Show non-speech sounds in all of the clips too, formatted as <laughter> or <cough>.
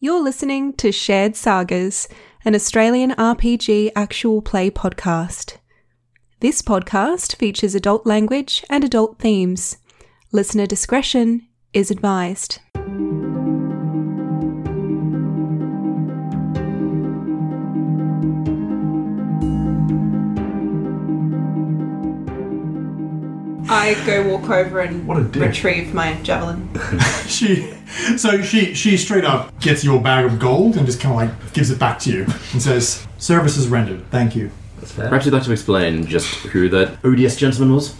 You're listening to Shared Sagas, an Australian RPG actual play podcast. This podcast features adult language and adult themes. Listener discretion is advised. I go walk over and What a dick. retrieve my javelin. She, so she she straight up gets your bag of gold and just kind of like gives it back to you and says, "Services rendered. Thank you." Perhaps you'd like to explain just who that odious gentleman was?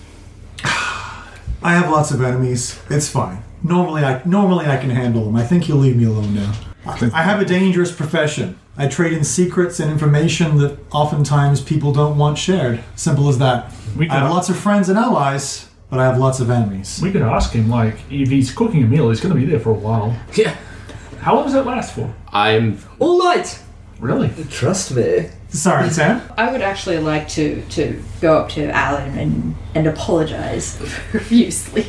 I have lots of enemies. It's fine. Normally I normally I can handle them. I think you'll leave me alone now. I have a dangerous profession. I trade in secrets and information that oftentimes people don't want shared. Simple as that. We I have got- lots of friends and allies, but I have lots of enemies. We could ask him, like, if he's cooking a meal, he's going to be there for a while. Yeah. How long does that last for? I'm. All right. Really? Trust me. Sorry, Sam. I would actually like to to go up to Alan and and apologize <laughs> <laughs> profusely.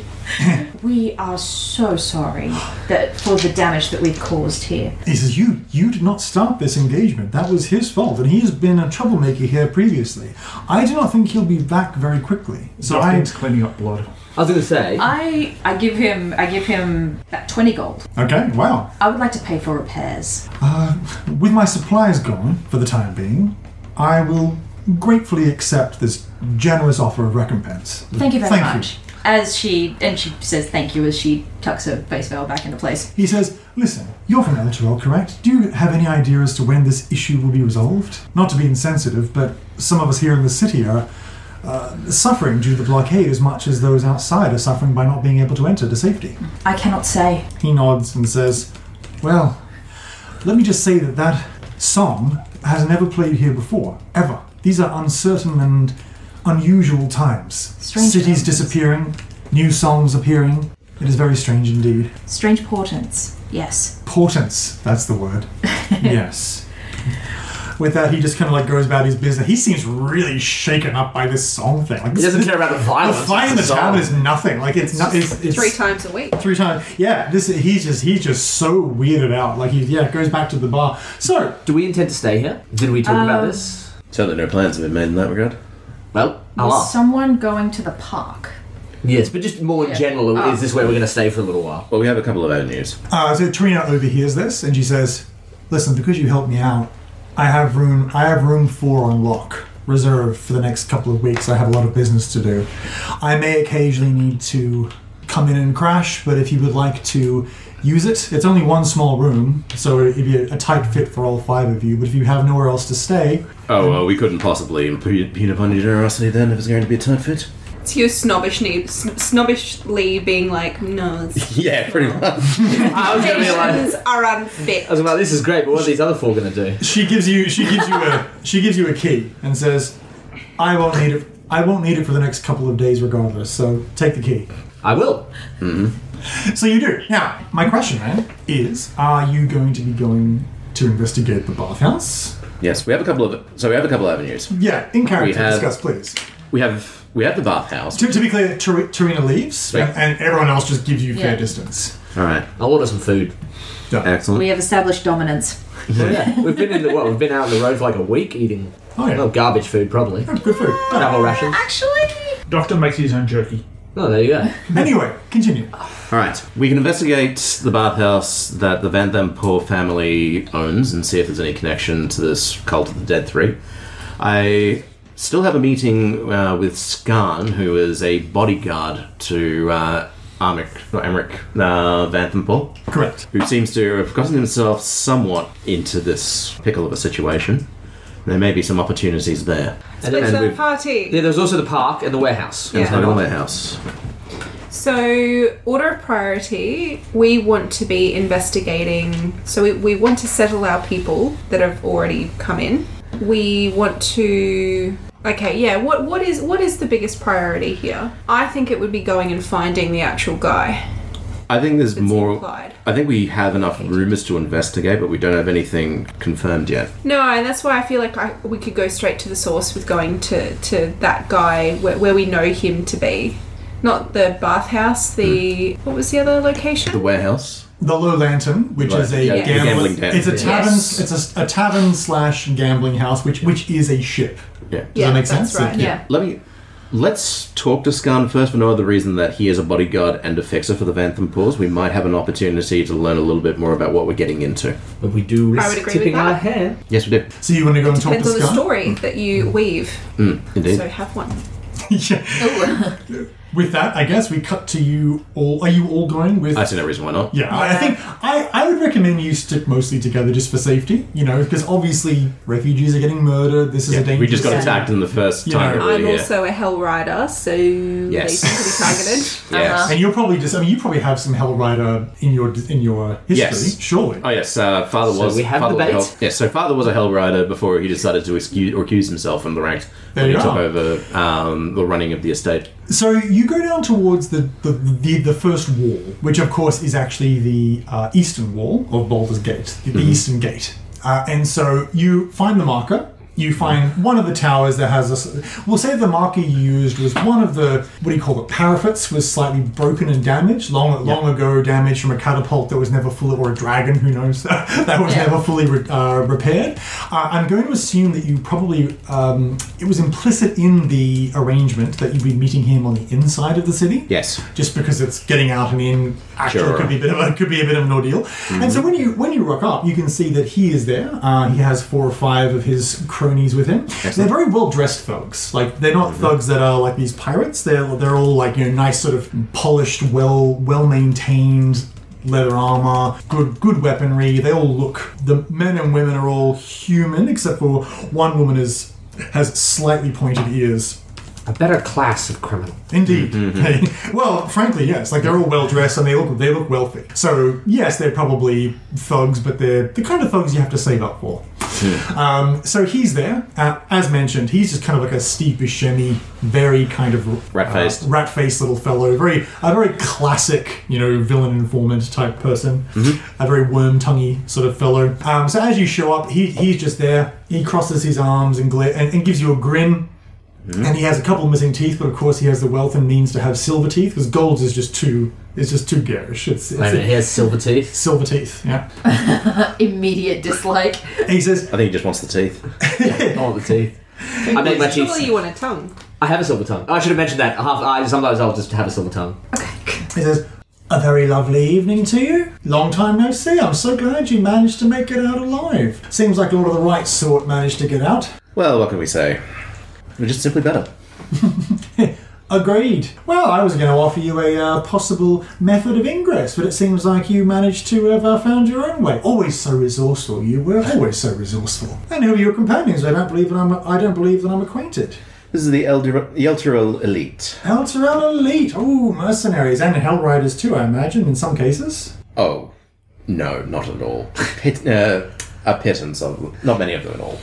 we are so sorry that for the damage that we've caused here. He says, "You you did not start this engagement. That was his fault, and he has been a troublemaker here previously. I do not think he'll be back very quickly. So I Justin's cleaning up blood. I was going to say, I I give him I give him that twenty gold. okay. Wow. I would like to pay for repairs. Uh, with my supplies gone for the time being, I will gratefully accept this generous offer of recompense. Thank you very Thank you. much. As she and she says thank you as she tucks her face veil back into place. He says, "Listen, you're from Elturel, correct? Do you have any idea as to when this issue will be resolved? Not to be insensitive, but some of us here in the city are." Uh, suffering due to the blockade as much as those outside are suffering by not being able to enter to safety. I cannot say. He nods and says, Well, let me just say that that song has never played here before, ever. These are uncertain and unusual times. Strange Cities times. disappearing, new songs appearing. It is very strange indeed. Strange portents. Yes. Portents, that's <laughs> the word. yes. With that, he just kind of like goes about his business. He seems really shaken up by this song thing. Like, He doesn't care about the the violence. fly in the it's a town song. is nothing. Like it's not. It's, it's Three times a week. three times. Yeah, this he's just he's just so weirded out. Like he yeah goes back to the bar. So do we intend to stay here? Did we talk Um, about this? Certainly no plans have been made in that regard. Well, Oh, I'll Was ask. someone going to the park? yes, but just more in general, Oh. is this where we're going to stay for a little while? Well, we have a couple of avenues. uh, so Trina overhears this and she says, "Listen, because you helped me out, I have room. I have room four on lock." Reserved for the next couple of weeks. I have a lot of business to do. I may occasionally need to come in and crash, but if you would like to use it, it's only one small room, so it'd be a, a tight fit for all five of you. But if you have nowhere else to stay, Oh, well, we couldn't possibly impede upon your generosity then if it's going to be a tight fit. It's you snobbishly, sn- snobbishly being like, <laughs> no, it's- <laughs> Yeah, pretty much. <laughs> I was going to <laughs> be like, Patients are unfit. I was like, this is great, but what are these other four going to do? she gives you she gives you a <laughs> she gives you a key and says, "I won't need it. I won't need it for the next couple of days, regardless. So take the key." I will. So you do. Now, my question then is: Are you going to be going to investigate the bathhouse? yes, we have a couple of. So we have a couple of avenues. Yeah, in character, have- discuss, please. We have we have the bathhouse. To, to be clear, Tar- Tarina leaves, Right. and, and everyone else just gives you fair Yeah. distance. All right, I'll order some food. Done. excellent. We have established dominance. Oh, yeah, <laughs> we've been in the what? We've been out on the road for like a week eating Oh yeah, well garbage food, probably good food. Done. travel rations. Actually, Doctor makes his own jerky. Oh, there you <laughs> go. Anyway, continue. All right, we can investigate the bathhouse that the Van Dam Poor family owns and see if there's any connection to this cult of the Dead Three. I still have a meeting uh, with Skarn, who is a bodyguard to uh, Armic, not Amric uh, Van Dam Poor, Correct. who seems to have gotten himself somewhat into this pickle of a situation. There may be some opportunities there. And it's then, and a we've- party. yeah, there was also the park and the warehouse. It's Yeah. not on their house. So, order of priority, we want to be investigating. So, we, we want to settle our people that have already come in. We want to. Okay, yeah. What what is what is the biggest priority here? I think it would be going and finding the actual guy. I think there's more. implied. I think we have enough rumors to investigate, but we don't have anything confirmed yet. No, and that's why I feel like I, we could go straight to the source with going to to that guy where, where we know him to be, not the bathhouse. The what was the other location? The warehouse. the Low Lantern, which Right. is a Yeah, the gambling, gambling den. it's a Yes. tavern, it's a, a tavern slash gambling house, which which is a ship. Yeah. Does that make that's sense? right. Yeah. Let me. Let's talk to Skarn first for no other reason that he is a bodyguard and a fixer for the Vantham Paws. We might have an opportunity to learn a little bit more about what we're getting into. But we do I would risk agree tipping with that. our hand. Yes, we do. So you want to go and talk to Depends on the Scott? story that you weave. Mm, indeed. So have one. <laughs> yeah. Oh. With that, I guess we cut to you all. Are you all going with? I see no reason why not. Yeah, I I think I, I would recommend you stick mostly together just for safety, you know, because obviously refugees are getting murdered. This is a dangerous. We just got thing. attacked in the first You time. know, that we I'm were here. also a hell rider, so Oh, Yes. they tend to be targeted. <laughs> Uh-huh. Yes. And you're probably just. I mean, you probably have some Hell Rider in your in your history, Yes. surely. Oh yes, uh, father So was. we have father the was a bait. hell- yes, so father was a hell rider before he decided to excuse, recuse himself from the ranks There when you he took are. over um, the running of the estate. So you go down towards the the, the the first wall, which of course is actually the uh, eastern wall of Baldur's Gate, the Mm-hmm. eastern gate. Uh, and so you find the marker. You find one of the towers that has a. s- We'll say the marker you used was one of the what do you call it? Paraffits was slightly broken and damaged long long ago. Damaged from a catapult that was never fully, or a dragon, who knows, <laughs> that was never fully re- uh, repaired. Uh, I'm going to assume that you probably um, it was implicit in the arrangement that you'd be meeting him on the inside of the city. Yes. Just because it's getting out and in actually Sure. could be a bit of a could be a bit of an ordeal. And so when you when you rock up, you can see that he is there. Uh, he has four or five of his cronies with him. They're very well dressed thugs. Like they're not thugs that are like these pirates. They're they're all like you know nice sort of polished, well well maintained leather armor, good good weaponry. They all look the men and women are all human except for one woman is has slightly pointed ears. A better class of criminal. Indeed. <laughs> well, frankly, yes. Like they're all well dressed and they look they look wealthy. So yes, they're probably thugs, but they're the kind of thugs you have to save up for. Um, so he's there. Uh, as mentioned, he's just kind of like a Steve Buscemi, very kind of Rat-faced. uh, rat-faced little fellow. Very a very classic, you know, villain informant type person. A very worm-tonguey sort of fellow. Um, so as you show up, he, he's just there. He crosses his arms and, gla- and and gives you a grin. And he has a couple missing teeth, but of course he has the wealth and means to have silver teeth because gold is just too is just too garish. It's, it's Wait a minute, here's silver teeth. silver teeth. Yeah. Immediate dislike. And he says, I think he just wants the teeth. All the teeth. I make my teeth. Surely you want a tongue. I have a silver tongue. I should have mentioned that. Half, I, sometimes I'll just have a silver tongue. he says, a very lovely evening to you. Long time no see. I'm so glad you managed to make it out alive. Seems like a lot of the right sort managed to get out. <laughs> Well, what can we say? We're just simply better. Agreed. Well, I was going to offer you a uh, possible method of ingress, but it seems like you managed to have uh, found your own way. Always so resourceful. You were always so resourceful. And who are your companions? I don't believe that I'm. I don't believe that I'm acquainted. This is the Elder, the Elturel elite. Alterel elite. Oh, mercenaries and hell riders too. I imagine in some cases. Oh, no, not at all. Pit, uh, a pittance of them. Not many of them at all.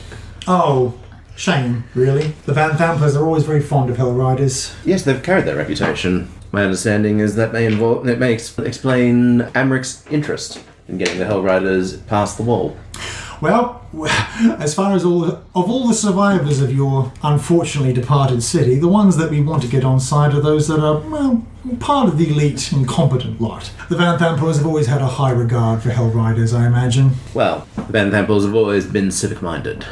Oh, shame. Really, the Van Thamplers are always very fond of hell riders. Yes, they've carried their reputation. My understanding is that may involve that may ex- explain Amric's interest in getting the Hell Riders past the wall. Well, <laughs> as far as all of all the survivors of your unfortunately departed city, the ones that we want to get on side are those that are well part of the elite and competent lot. The Van Thamplers have always had a high regard for hell riders. I imagine. Well, the Van Thamples have always been civic-minded.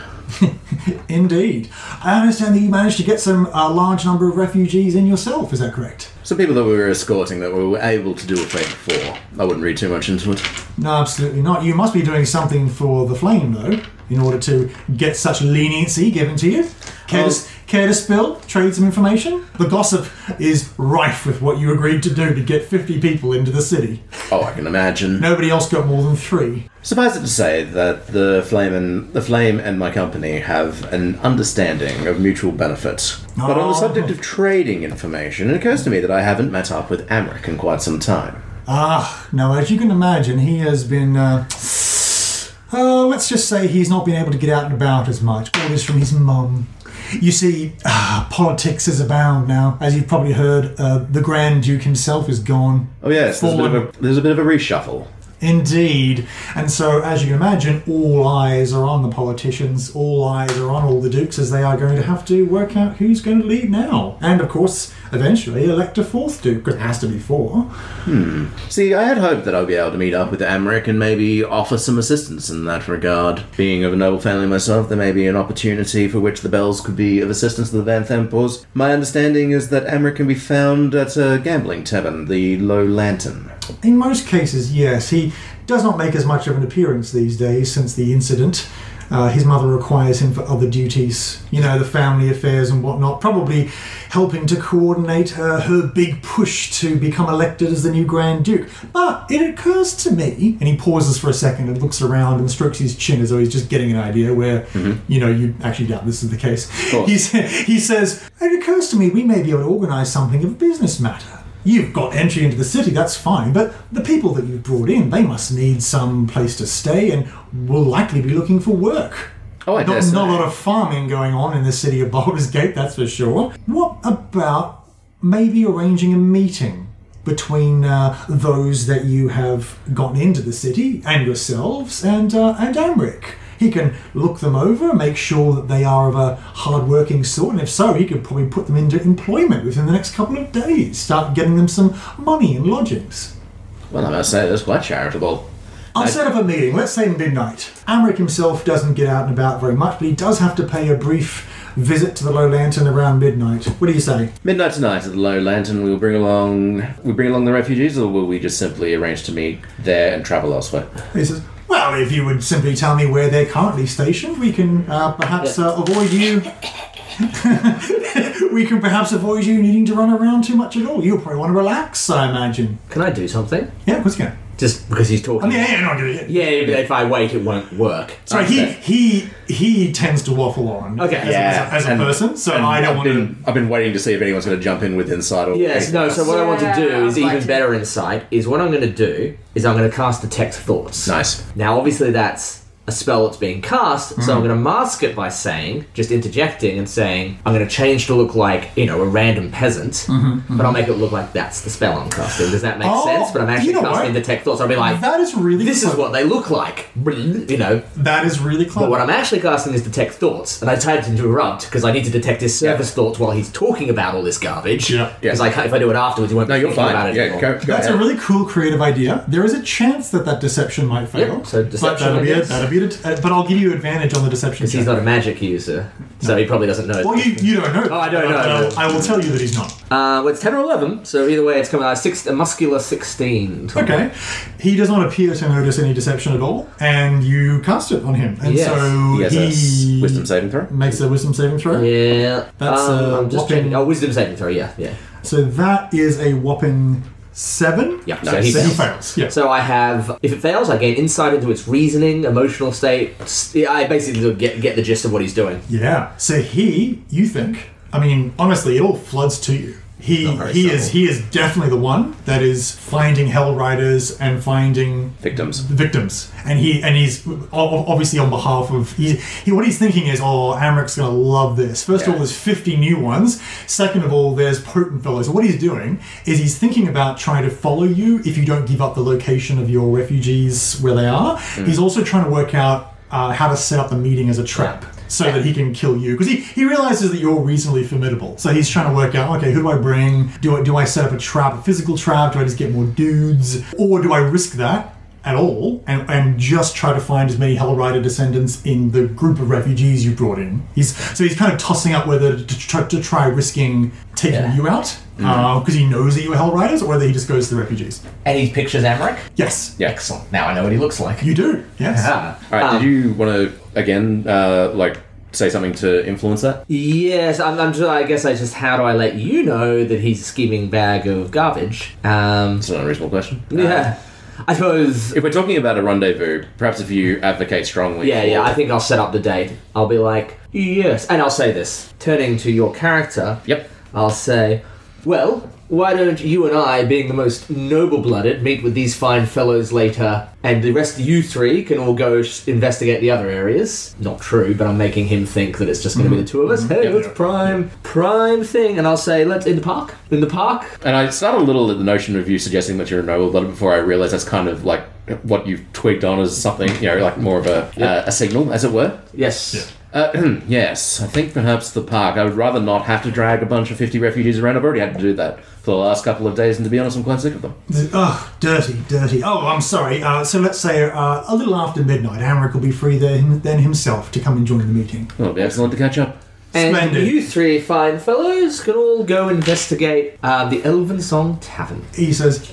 Indeed. I understand that you managed to get some uh, large number of refugees in yourself. Is that correct? Some people that we were escorting that we were able to do a favor for. I wouldn't read too much into it. No, absolutely not. You must be doing something for the flame, though, in order to get such leniency given to you. Care, Oh. to, care to spill? Trade some information? The gossip is rife with what you agreed to do to get 50 people into the city. Oh, I can imagine. Nobody else got more than three. Suffice it to say that the flame and the flame and my company have an understanding of mutual benefit. But on the Oh. subject of trading information, it occurs to me that I haven't met up with Amric in quite some time. Ah, now, as you can imagine, he has been. Uh, uh, let's just say he's not been able to get out and about as much. All this from his mum. You see, ah, politics is abound now. As you've probably heard, uh, the Grand Duke himself is gone. Oh yes, there's a, bit of a, there's a bit of a reshuffle. Indeed. And so, as you can imagine, all eyes are on the politicians, all eyes are on all the dukes, as they are going to have to work out who's going to lead now. And of course, eventually, elect a fourth duke, 'cause it has to be four. See, I had hoped that I'd be able to meet up with Amric and maybe offer some assistance in that regard. Being of a noble family myself, there may be an opportunity for which the bells could be of assistance to the Van Thampors. My understanding is that Amric can be found at a gambling tavern, the Low Lantern. In most cases, yes. He does not make as much of an appearance these days since the incident. Uh, his mother requires him for other duties, you know, the family affairs and whatnot, probably helping to coordinate uh, her big push to become elected as the new Grand Duke. But it occurs to me, and he pauses for a second and looks around and strokes his chin as though he's just getting an idea where, you know, you actually doubt this is the case. course. He, sa- he says, It occurs to me we may be able to organise something of a business matter. You've got entry into the city, that's fine, but the people that you've brought in, they must need some place to stay and will likely be looking for work. Oh, I dare Not, say. not a lot of farming going on in the city of Baldur's Gate, that's for sure. What about maybe arranging a meeting between uh, those that you have gotten into the city and yourselves and uh, and Amric? He can look them over, make sure that they are of a hard-working sort, and if so, he could probably put them into employment within the next couple of days. Start getting them some money and lodgings. Well, I must say, that's quite charitable. I'll set up a meeting, let's say midnight. Amric himself doesn't get out and about very much, but he does have to pay a brief visit to the Low Lantern around midnight. What do you say? Midnight tonight at the Low Lantern. We'll bring along. We bring along the refugees, or will we just simply arrange to meet there and travel elsewhere? He says, Well, if you would simply tell me where they're currently stationed, we can uh, perhaps uh, avoid you. <laughs> we can perhaps avoid you needing to run around too much at all. You'll probably want to relax, I imagine. Can I do something? Yeah, what's going? Just because he's talking. I mean, yeah, yeah, no, yeah, yeah. Yeah, but if I wait, it won't work. Sorry, he, he he tends to waffle on. Okay. as, a- Yeah, as a, as a and- person, so I I've don't want to. been, I've been waiting to see if anyone's going to jump in with insight or. Yes, no, so what I want to Yeah, do is I'd like even to- better insight is what I'm going to do is I'm going to cast Detect Thoughts. Nice. Now, obviously, that's a spell that's being cast, so I'm Mm. going to mask it by saying, just interjecting and saying, I'm going to change to look like, you know, a random peasant, but I'll make it look like that's the spell I'm casting. Does that make Mm-hmm, Oh, sense? But I'm actually you know casting what? Detect Thoughts. I'll be like, That is really this is clever. what they look like. You know, That is really clever. But what I'm actually casting is detect thoughts, and I tried to interrupt because I need to detect his surface thoughts while he's talking about all this garbage. Yeah. Because I can't, if I do it afterwards, he won't No, be you're thinking about fine. it Yeah, anymore. go, go That's ahead. a really cool creative idea. There is a chance that that deception might fail. Yep, so but deception, that'll I be it. guess. That'll be it. Uh, But I'll give you advantage on the deception. Because he's check. not a magic user, so he probably doesn't know. well, you, you don't know. Oh, I don't But know. I'll- I will tell you that he's not. Uh, well, it's ten or eleven, so either way, it's coming out six, a muscular sixteen. Okay. He does not appear to notice any deception at all, and you cast it on him, and Yes. so He has a he s- wisdom saving throw. makes a wisdom saving throw. Yeah, That's, um, uh, I'm just whopping- checking. Oh, wisdom saving throw. Yeah, yeah, So that is a whopping seven. yeah. Nice. So he fails. fails. Yeah. So I have, if it fails, I gain insight into its reasoning, emotional state. S- yeah, I basically get get the gist of what he's doing. Yeah. So he, you think? I mean, honestly, it all floods to you. He Not very he subtle. is he is definitely the one that is finding hell riders and finding Victims. the victims, and he and he's o- o- obviously on behalf of he, he what he's thinking is, oh, Amric's gonna love this. First of Yeah. all, there's 50 new ones. Second of all, there's potent fellows. What he's doing is he's thinking about trying to follow you if you don't give up the location of your refugees where they are. He's also trying to work out uh, how to set up the meeting as a trap. So that he can kill you, because he, he realizes that you're reasonably formidable. So he's trying to work out, okay, who do I bring? Do I do I set up a trap, a physical trap? Do I just get more dudes, or do I risk that at all and, and just try to find as many Hellrider descendants in the group of refugees you brought in. He's so he's kind of tossing up whether to try, to try risking taking you out because he knows that you're Hellriders, or whether he just goes to the refugees. And he pictures Amric. Yes, Yeah. Excellent. Now I know what he looks like. you do. Yes. Ah. All right. did you want to again, uh, like, say something to influence that? Yes, I'm, I'm just, I guess I just. How do I let you know that he's a scheming bag of garbage? Um, It's an unreasonable question. yeah, I suppose. If we're talking about a rendezvous, perhaps if you advocate strongly. Yeah, for- yeah. I think I'll set up the date. I'll be like, yes, and I'll say this. Turning to your character, Yep. I'll say, well, why don't you and I, being the most noble-blooded, meet with these fine fellows later and the rest of you three can all go sh- investigate the other areas. Not true, but I'm making him think that it's just going to be the two of us. Hey, Mm-hmm. Yeah, it's yeah. prime, prime thing. And I'll say, let's in the park, in the park. And I start a little at the notion of you suggesting that you're a noble, but before I realise that's kind of like what you've tweaked on as something, you know, like more of a uh, a signal, as it were. Yes. Yeah. Uh, <clears throat> yes, I think perhaps the park. I would rather not have to drag a bunch of 50 refugees around. I've already had to do that for the last couple of days, and to be honest, I'm quite sick of them. Ugh, dirty, dirty. Oh, I'm sorry. Uh, so let's say uh, a little after midnight, Amric will be free then, then himself to come and join the meeting. It'll be excellent to catch up. And Splendid. you three fine fellows can all go investigate uh, the Elven Song Tavern. He says,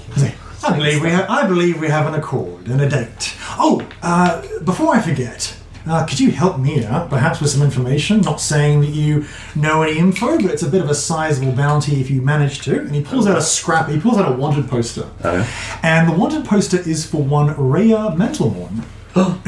I believe we have, I believe we have an accord and a date. Oh, uh, before I forget, uh, could you help me out, perhaps with some information? Not saying that you know any info, but it's a bit of a sizable bounty if you manage to. And he pulls out a scrap. He pulls out a wanted poster. And the wanted poster is for one Rhea Mentalmorn,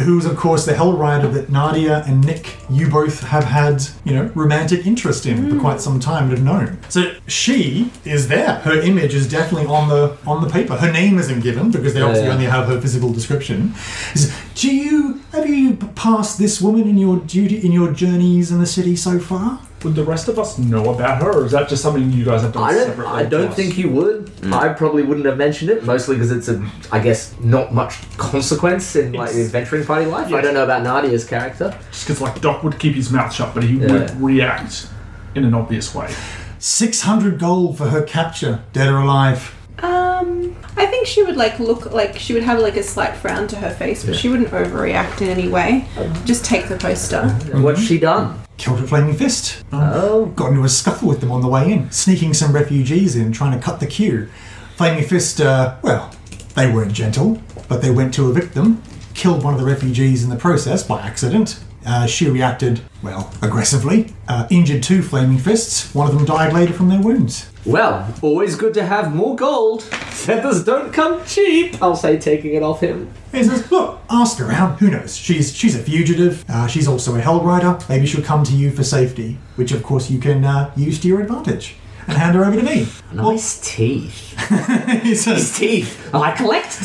who's, of course, the Hell Rider that Nadia and Nick, you both have had, you know, romantic interest in for quite some time and have known. So she is there. Her image is definitely on the on the paper. Her name isn't given because they obviously yeah. only have her physical description. He says, Do you have you passed this woman in your duty in your journeys in the city so far? Would the rest of us know about her, or is that just something you guys have done I don't, separately? I don't think you would. I probably wouldn't have mentioned it, mostly because it's a, I guess, not much consequence in like the It's- adventuring party life. I Yes. don't know about Nadia's character. Just because, like, Doc would keep his mouth shut, but he would Yeah. react in an obvious way. Six hundred gold for her capture, dead or alive. Um, I think she would like look like she would have like a slight frown to her face, but she wouldn't overreact in any way. Just take the poster. What's she done? Killed a flaming fist. Oh, got into a scuffle with them on the way in, sneaking some refugees in, trying to cut the queue. Flaming Fist, uh, well, they weren't gentle, but they went to evict them, killed one of the refugees in the process by accident. Uh, she reacted, well, aggressively, uh, injured two Flaming Fists. One of them died later from their wounds. well, always good to have more gold. <laughs> Feathers don't come cheap. I'll say, taking it off him. He says, look, ask around. Who knows? She's she's a fugitive. Uh, she's also a Hell Rider. Maybe she'll come to you for safety, which of course you can uh, use to your advantage. And hand her over to me. Nice teeth. Well, <laughs> he says, Nice <laughs> teeth. I collect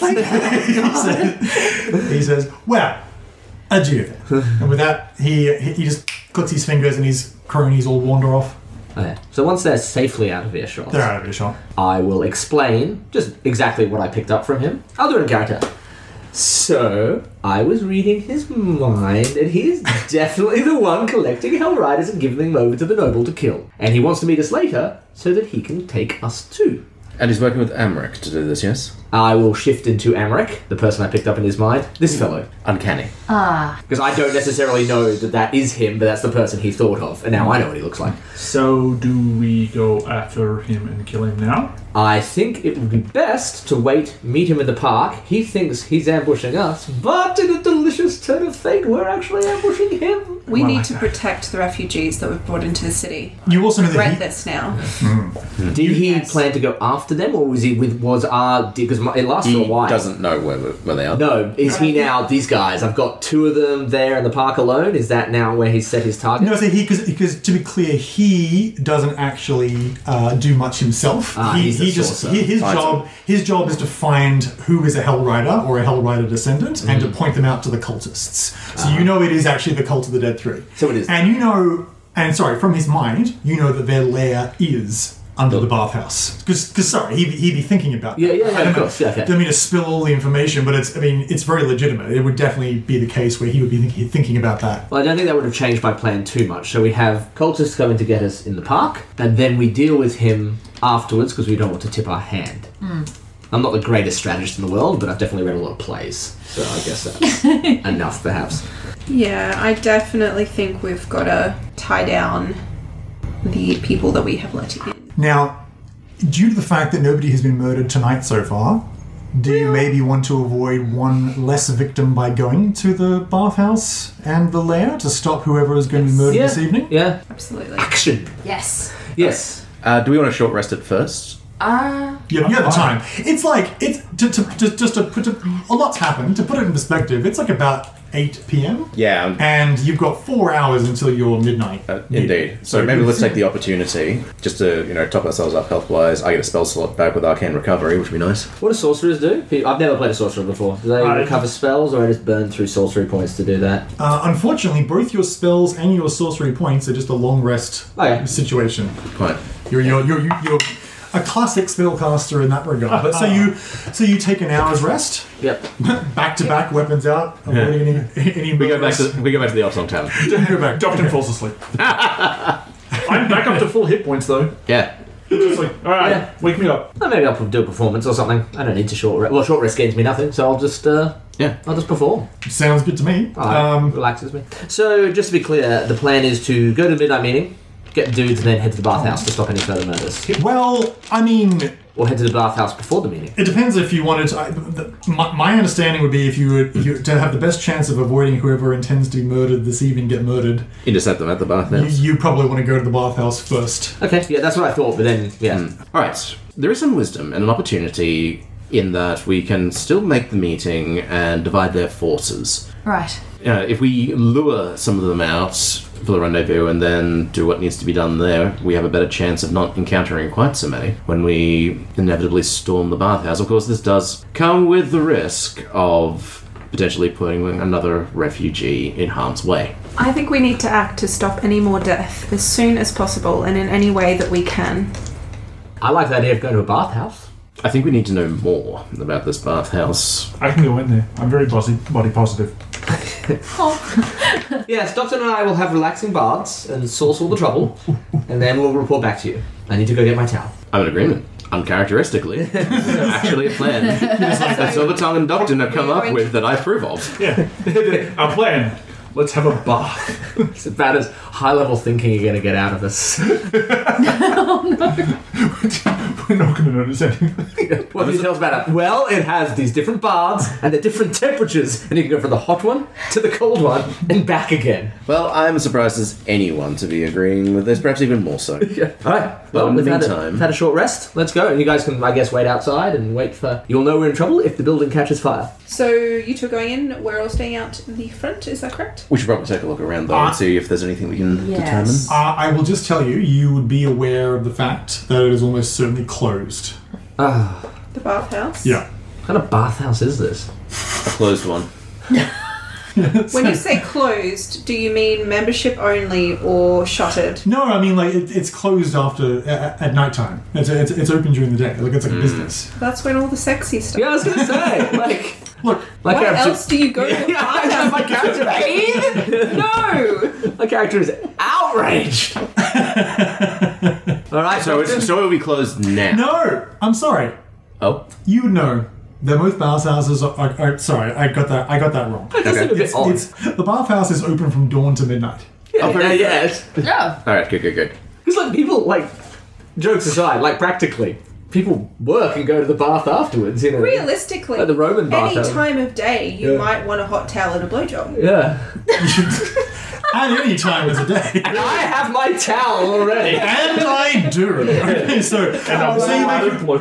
<laughs> he says, "Well, adieu." and with that, he he just clicks his fingers, and his cronies all wander off. Okay. So once they're safely out of earshot, They're out of earshot. I will explain just exactly what I picked up from him. I'll do it in character. So, I was reading his mind, and he is definitely the one collecting Hell Riders and giving them over to the noble to kill. And he wants to meet us later so that he can take us too. And he's working with Amric to do this, yes? I will shift into Amric, the person I picked up in his mind, this fellow. Uncanny. Ah, Because I don't necessarily know that that is him, but that's the person he thought of, and now I know what he looks like. So, do we go after him and kill him now? I think it would be best to wait, meet him in the park. He thinks he's ambushing us, but in a delicious turn of fate, we're actually ambushing Mm-hmm. him. We Well, need I- to protect the refugees that we've brought into the city. You also know Read that this now. Did he Yes. plan to go after them, or was he with was our? Because it lasted He a while. doesn't know where, where they are. No, is he now these guys? I've got two of them there in the park alone. Is that now where he's set his he target? no, so he because to be clear, he doesn't actually uh, do much himself. Ah, he he's the he just sorcerer. he, his Right. job his job is to find who is a Hell Rider or a Hell Rider descendant, and Mm. to point them out to the cultists. So you know it is actually the cult of the Dead Three. Ah. So it is. and you know, and sorry, from his mind, you know that their lair is under the bathhouse. Because, sorry, he'd, be- he'd be thinking about that. Yeah, yeah, yeah, I don't of know- course, yeah, yeah. Don't mean to spill all the information, but it's, I mean, it's very legitimate. It would definitely be the case where he would be thinking, thinking about that. Well, I don't think that would have changed my plan too much. So we have cultists coming to get us in the park, and then we deal with him afterwards because we don't want to tip our hand. I'm not the greatest strategist in the world, but I've definitely read a lot of plays, so I guess that's enough, perhaps. Yeah, I definitely think we've got to tie down the people that we have let in. Now, due to the fact that nobody has been murdered tonight so far, do you maybe want to avoid one less victim by going to the bathhouse and the lair to stop whoever is going to be murdered yeah. this evening? Yeah. Absolutely. Action. yes. Yes. Uh, do we want to short rest it first? Ah, Yeah, you have the time. It's like it's to, to, to just to put to, a lot's happened. To put it in perspective, it's like about 8 p.m. Yeah, I'm- And you've got four hours until your midnight. Uh, indeed. So maybe let's take the opportunity just to you know top ourselves up health wise. I get a spell slot back with arcane recovery, which would be nice. What do sorcerers do? Pe- I've never played a sorcerer before. Do they I- recover spells, or I just burn through sorcery points to do that? Uh, unfortunately, both your spells and your sorcery points are just a long rest Okay. situation. Good point. You're you're you're, you're, you're a classic spellcaster in that regard. But so you so you take an hour's rest, <laughs> Yep. back to back, weapons out, avoiding any any. We go back to we go back to the Opsong Tavern. go back. Doctor falls asleep. <laughs> I'm back up to full hit points though. Yeah. Just like, all right, Yeah. wake me up. Well, maybe I'll do a performance or something. I don't need to short. Re- well, short rest gains me nothing, so I'll just uh, Yeah. I'll just perform. Sounds good to me. Alright, Um, relaxes me. So, just to be clear, the plan is to go to the midnight meeting, get dudes, and then head to the bathhouse to stop any further murders, well, I mean, or head to the bathhouse before the meeting. It depends if you wanted to. I, the, my, my understanding would be if you would if you, to have the best chance of avoiding whoever intends to be murdered this evening get murdered, Intercept them at the you, bathhouse. you probably want to go to the bathhouse first. Okay, yeah, that's what I thought. But then, yeah, All right. There is some wisdom and an opportunity in that we can still make the meeting and divide their forces. Right. Uh, if we lure some of them out for the rendezvous and then do what needs to be done there, we have a better chance of not encountering quite so many when we inevitably storm the bathhouse. Of course, this does come with the risk of potentially putting another refugee in harm's way. I think we need to act to stop any more death as soon as possible and in any way that we can. I like the idea of going to a bathhouse. I think we need to know more about this bathhouse. I can go in there. I'm very buzzy, body positive. Yes, Doctor and I will have relaxing baths and source all the trouble, and then we'll report back to you. I need to go get my towel. I'm in agreement. Uncharacteristically, actually a plan that Silvertongue and Doctor have come up with that I approve of. Yeah, <laughs> our plan. Let's have a bath. <laughs> It's about as high level thinking you're going to get out of this. <laughs> We're not going to notice anything. What do you tell us about it? Well, it has these different baths and the different temperatures, and you can go from the hot one to the cold one and back again. Well, I'm surprised there's anyone to be agreeing with this, perhaps even more so. All right. Well, in the we've had, a, meantime- we've had a short rest. Let's go. And you guys can, I guess, wait outside and wait for. You'll know we're in trouble if the building catches fire. So you two are going in, we're all staying out the front, is that correct? We should probably take a look around though and see if there's anything we can Yes. determine. Uh, I will just tell you, you would be aware of the fact that it is almost certainly closed. Ah, The bathhouse? Yeah. what kind of bathhouse is this? A closed one. When you say closed, do you mean membership only or shuttered? No, I mean like it, it's closed after at, at nighttime. It's, it's it's open during the day. Like it's like a business. That's when all the sexy stuff. Yeah, I was gonna say, like, Look, my Where character. else do you go to a Yeah, <laughs> I know, my character. bathhouse? No! My character is outraged. All right. So it's so it'll be closed now. no, I'm sorry. Oh. You would know that most bathhouses are, are, are. Sorry, I got that. I got that wrong. It does seem a bit It's, odd. it's the bathhouse is open from dawn to midnight. yeah, Oh, yeah, very- yes. No. Alright, good, good, good. Because like people like jokes aside, like practically people work and go to the bath afterwards. You know. Realistically, Like the Roman any bathhouse. time of day, you Yeah. might want a hot towel and a blowjob. Yeah. At any time of the day. And I have my towel already. <laughs> And I do. <laughs> Okay, so, Oh, I'm so, you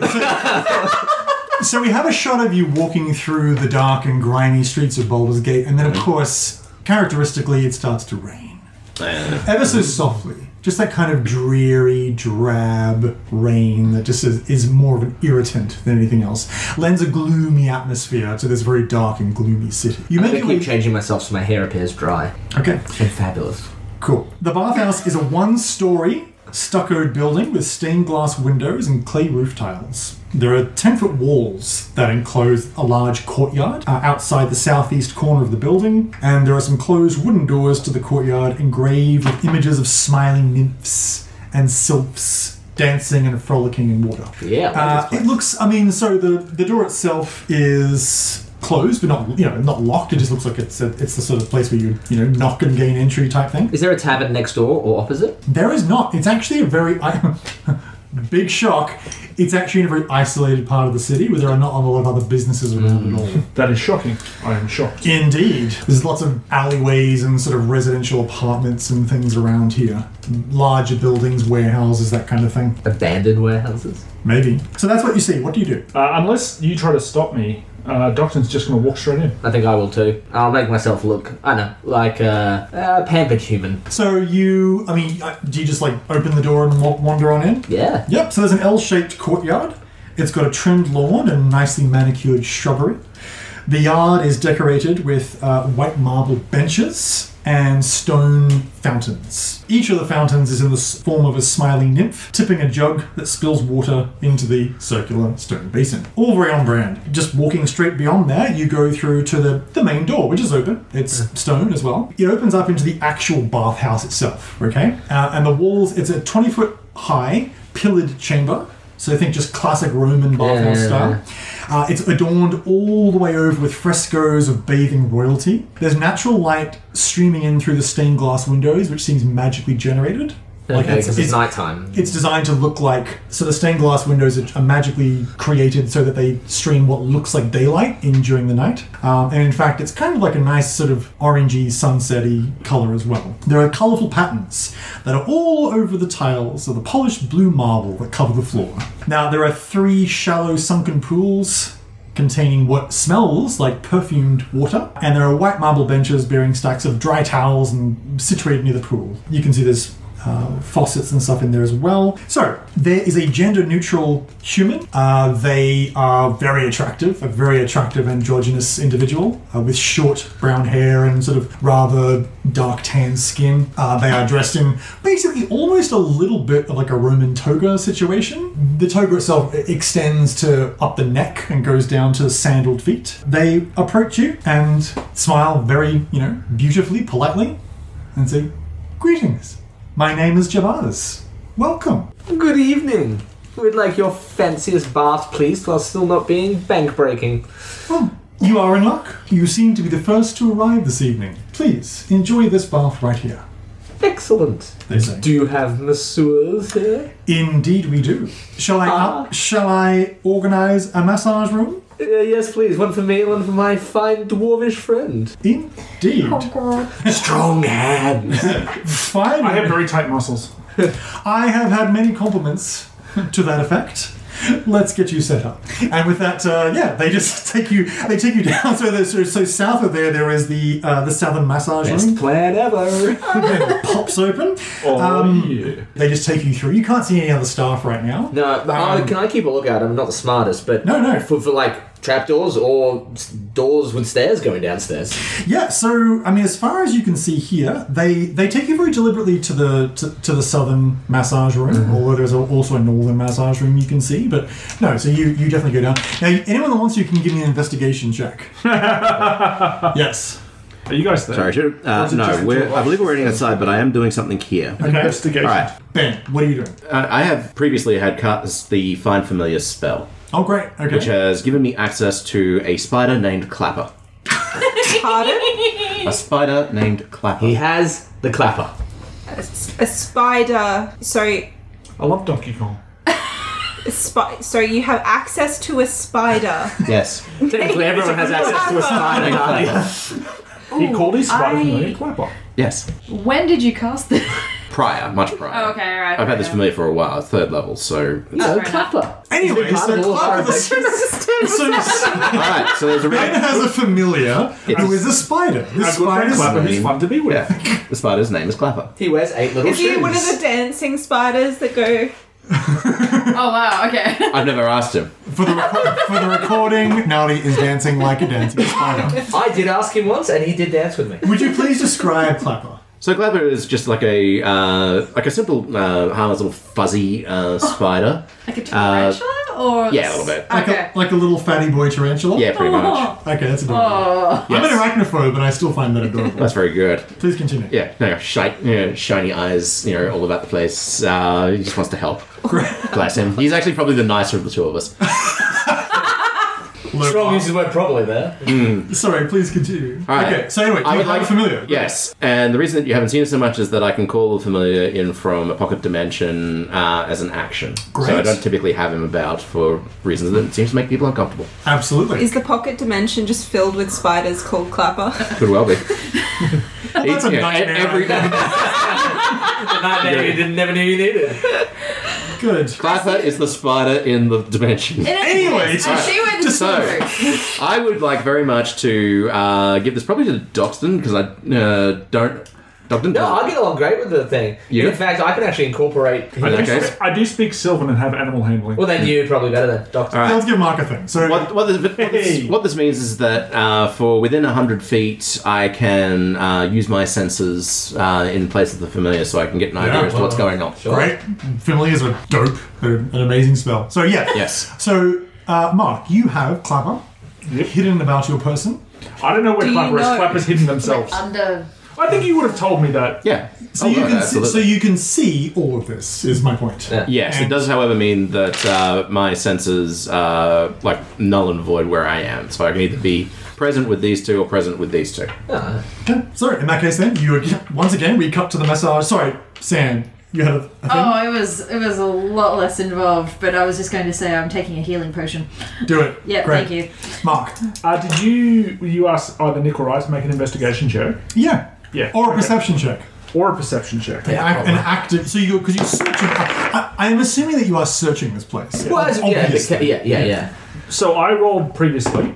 make- so we have a shot of you walking through the dark and grimy streets of Boulder's Gate, and then, of course, characteristically, it starts to rain. Uh, Ever so softly. Just that kind of dreary, drab rain that just is, is more of an irritant than anything else. Lends a gloomy atmosphere to this very dark and gloomy city. You I make keep it. changing myself so my hair appears dry Okay. and fabulous. Cool. The bathhouse is a one story stuccoed building with stained glass windows and clay roof tiles. There are 10 foot walls that enclose a large courtyard uh, outside the southeast corner of the building, and there are some closed wooden doors to the courtyard engraved with images of smiling nymphs and sylphs dancing and frolicking in water. Yeah. I like Uh, this place. it looks. I mean, so the the door itself is closed, but not you know not locked. It just looks like it's a, it's the sort of place where you you know knock and gain entry type thing. Is there a tavern next door or opposite? There is not. It's actually a very I, <laughs> big shock. It's actually in a very isolated part of the city where there are not a lot of other businesses around at all. That is shocking. I am shocked. Indeed, there's lots of alleyways and sort of residential apartments and things around here. Larger buildings, warehouses, that kind of thing. Abandoned warehouses. Maybe. So that's what you see. What do you do? Uh, unless you try to stop me, Uh, Docton's just going to walk straight in. I think I will too. I'll make myself look, I know, like a, a pampered human. So you, I mean, uh, do you just like open the door and wa- wander on in? Yeah. Yep. So there's an L-shaped courtyard. It's got a trimmed lawn and nicely manicured shrubbery. The yard is decorated with uh, white marble benches and stone fountains. Each of the fountains is in the s- form of a smiling nymph tipping a jug that spills water into the circular stone basin. All very on brand. Just walking straight beyond that, you go through to the, the main door, which is open. It's stone as well. It opens up into the actual bathhouse itself, okay? Uh, and the walls, it's a 20 foot high pillared chamber. So I think just classic Roman bathhouse Yeah. style. Uh, it's adorned all the way over with frescoes of bathing royalty. There's natural light streaming in through the stained glass windows, which seems magically generated. Like Okay, it's, because it's, it's, nighttime. it's designed to look like so the stained glass windows are, are magically created so that they stream what looks like daylight in during the night. Um, and in fact, it's kind of like a nice sort of orangey sunsetty color as well. There are colorful patterns that are all over the tiles of the polished blue marble that cover the floor. Now there are three shallow sunken pools containing what smells like perfumed water, and there are white marble benches bearing stacks of dry towels and situated near the pool. You can see there's uh, faucets and stuff in there as well. So there is a gender-neutral human. Uh, they are very attractive, a very attractive androgynous individual uh, with short brown hair and sort of rather dark tan skin. Uh, they are dressed in basically almost a little bit of like a Roman toga situation. The toga itself e-, extends to up the neck and goes down to sandaled feet. They approach you and smile very, you know, beautifully, politely, and say, "Greetings." My name is Javadas. Welcome. Good evening. We'd like your fanciest bath, please, while still not being bank breaking. Oh, you are in luck. You seem to be the first to arrive this evening. Please enjoy this bath right here. Excellent. They say. Do you have masseurs here? Indeed, we do. Shall I Ah. up? Shall I organize a massage room? Uh, yes, please. One for me, one for my fine dwarvish friend. Indeed. Oh, <laughs> Strong hands. Fine. I have very tight muscles. I have had many compliments to that effect. Let's get you set up. And with that, uh, yeah, they just <laughs> take you. They take you down. So, there's- so, so south of there, there is the uh, the southern massage Best room. plan ever. Pops open. Oh, Um, yeah. They just take you through. You can't see any other staff right now. No, I- can I keep a lookout? I'm not the smartest, but No, no. for, for like trapdoors or s- doors with stairs going downstairs. Yeah, so I mean, as far as you can see here, they they take you very deliberately to the to, to the southern massage room, Mm-hmm. although there's al- also a northern massage room you can see. But no, so you you definitely go down. Now, anyone that wants you can give me an investigation <laughs> check. yes. Are you guys there? Sorry, should, uh, Was it just no, the we're, two I believe we're eating outside, but I am doing something here. Investigation. All right, Ben, what are you doing? uh, I have previously had cast the find familiar spell, Oh, great. Okay. which has given me access to a spider named Clapper. Pardon? A spider named Clapper. He has the clapper. a, s- a spider. So, I love Donkey Kong. a spi- so you have access to a spider. Yes. <laughs> Technically, everyone has access to a spider. Clapper. can't <laughs> he called his spider I- familiar Clapper. Yes. When did you cast this? Prior, much prior. Oh, okay, all right, I've had this yeah. familiar for a while, third level, so. he? Fair No, enough. clapper. anyway, He's been part so of all Clark our with <laughs> a- so <laughs> Alright, so there's a Ben red. has a familiar who is a spider. This I've got spider's Clapper, who's fun to be with. <laughs> Yeah. The spider's name is Clapper. He wears eight little Is he shoes. one of the dancing spiders that go? Oh wow, okay. I've never asked him. for the record, for the recording. Naughty is dancing like a <laughs> dancing spider. I did ask him once, and he did dance with me. Would you please describe Clapper? So Glabber is just like a uh, like a simple uh, harmless little fuzzy uh, spider. <laughs> Like a tarantula or Uh, yeah, a little bit. Like, Okay. a, like a little fatty boy tarantula? Yeah, pretty <laughs> much. Oh. Okay, that's adorable. Oh. I'm an arachnophobe, but I still find that <laughs> adorable. That's very good. Please continue. Yeah, no, shi- you know, shiny eyes, you know, all about the place. Uh, he just wants <laughs> to help. Bless him. He's actually probably the nicer of the two of us. Low <laughs> Strong bar. uses the word probably <laughs> there. Sorry, please continue. All right. Okay, so anyway, do I you would have like- a familiar? Yes, and the reason that you haven't seen it so much is that I can call the familiar in from a pocket dimension uh, as an action. So I Great. don't typically have him about for reasons that seems to make people uncomfortable. Absolutely. Is the pocket dimension just filled with spiders called Clapper? Could <laughs> well be. that's a Yeah, nightmare. e-, every- The night that you didn't never knew you needed. Good. Clapper is the spider in the dimension. Anyway, it's I see where this is so- going. I would like very much to uh, give this probably to Doxton because I uh, don't. Doxton? No, I get along great with the thing. Yeah. In fact, I can actually incorporate. I, In do, that case. I do speak Sylvan and have animal handling. Well, then you probably better than Doctor. All right. Let's give Mark a thing. So What, what, this, what, this, what this means is that uh, for within 100 feet, I can uh, use my senses uh, in place of the familiar so I can get an idea Yeah. as to what's going on. Sure. Right? Familiars are dope. They're an amazing spell. So, yeah. Yes. So, uh, Mark, you have Clapper Yep. hidden about your person. I don't know where Do you Clapper is. know- um, Clapper's hidden themselves. Under. I think you would have told me that. Yeah. So, Oh, you right, can see, absolutely. so you can see all of this, is my point. Yeah. Yes, it does, however, mean that uh, my senses are like null and void where I am. So I can either be present with these two or present with these two. Ah. Okay. So, in that case, then, you once again, we cut to the massage. Sorry, Sam, you had a, a thing? Oh, it was it was a lot less involved, but I was just going to say I'm taking a healing potion. Do it. Yeah, Great. thank you. Mark. Uh, did you you ask either Nick or I to make an investigation check? Yeah. Yeah. Or a okay. perception check. Or a perception check. An, act, an active. So you go because you're searching. I, I, I'm assuming that you are searching this place. Well, it's- yeah, Obviously. okay, yeah, yeah, yeah. So I rolled previously,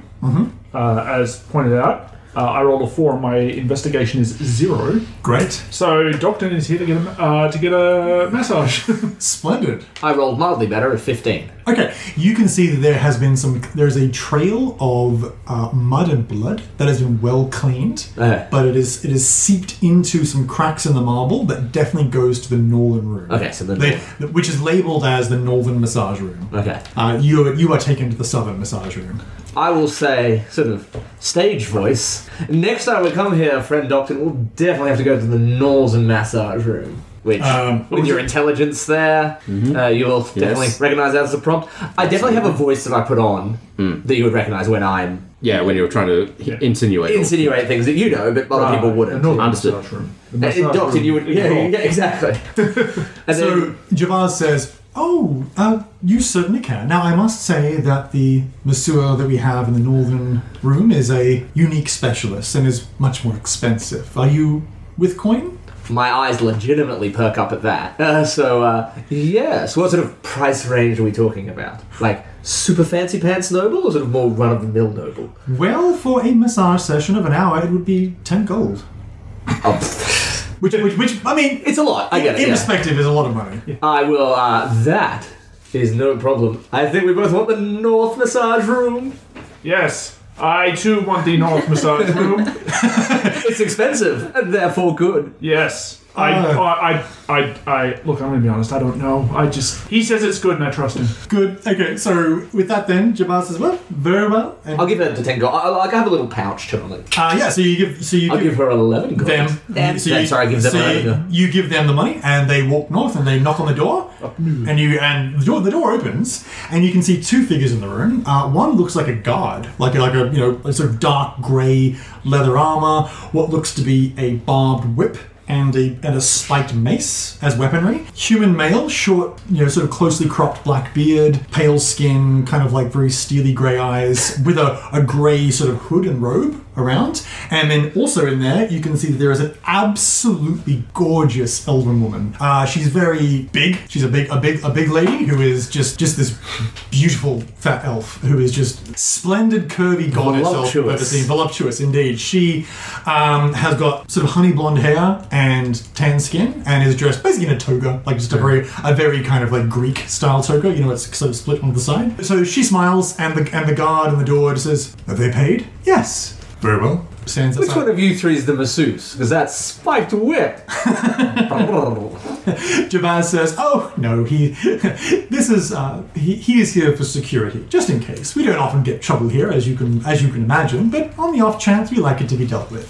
uh, as pointed out. Uh, I rolled a four. My investigation is zero. Great. So Doctor is here to get a, uh, to get a massage. Splendid. I rolled mildly better at 15. Okay, you can see that there has been some. There's a trail of uh, mud and blood that has been well cleaned, Okay. but it is it is seeped into some cracks in the marble that definitely goes to the northern room. Okay, so the- They- which is labeled as the northern massage room. <laughs> Okay. Uh, you are- you are taken to the southern massage room. I will say, sort of stage voice. Next time we come here, friend Doctor, we'll definitely have to go to the Northern massage room. Which, Um, with your intelligence there, uh, you'll definitely recognize that as a prompt. I definitely have a voice that I put on that you would recognize when I'm Yeah, when you're trying to Yeah. insinuate. all- insinuate things that you know, but other people wouldn't. Not Understood. Uh, massage room. The Uh, massage Doctor, room you would. is Yeah, wrong. yeah exactly. <laughs> and So then, Javaz says, "Oh, uh, you certainly can." Now I must say that the masseur that we have in the northern room is a unique specialist and is much more expensive. Are you with coin? my eyes legitimately perk up at that. <laughs> Uh, so, uh, yes, what sort of price range are we talking about? Like, super fancy pants noble or sort of more run of the mill noble? Well, for a massage session of an hour, it would be ten gold. <laughs> Oh, pfft. Which, which, which I mean, it's a lot, I get it. in yeah. perspective, is a lot of money. I will, uh, that is no problem. I think we both want the North Massage Room. Yes, I too want the North <laughs> massage room. It's expensive and therefore good. Yes. I, Oh. I, I, I, I, look, I'm gonna be honest, I don't know. I just, he says it's good and I trust him. Good. Okay, so with that, then Javaz says, "Well, very well." And, I'll give her the 10 gold. I, I have a little pouch to it. uh, yeah, so you give, so you I'll give her 11 gold. them. Them. So you, Yeah, sorry, give them so a- you, you give them the money, and they walk north, and they knock on the door, and you and the door, the door opens, and you can see two figures in the room. Uh, one looks like a guard, like a, like a you know a sort of dark grey leather armor, what looks to be a barbed whip. And a, and a spiked mace as weaponry. Human male, short, you know, sort of closely cropped black beard, pale skin, kind of like very steely grey eyes, with a, a grey sort of hood and robe around. And then also in there, you can see that there is an absolutely gorgeous elven woman. Uh, she's very big. She's a big, a big, a big lady who is just, just this beautiful fat elf who is just splendid, curvy goddess elf Voluptuous. I've ever seen. Voluptuous indeed. She um, has got sort of honey blonde hair and tan skin, and is dressed basically in a toga, like just a very, a very kind of like Greek style toga. You know, it's sort of split on the side. So she smiles, and the and the guard in the door just says, "Are they paid?" Yes. Very well. Stands Which outside. one of you three is the masseuse? Because that <laughs> spiked whip. Jabaz says, "Oh no, he. <laughs> this is uh, he, he is here for security, just in case. We don't often get trouble here, as you can as you can imagine, but on the off chance, we like it to be dealt with."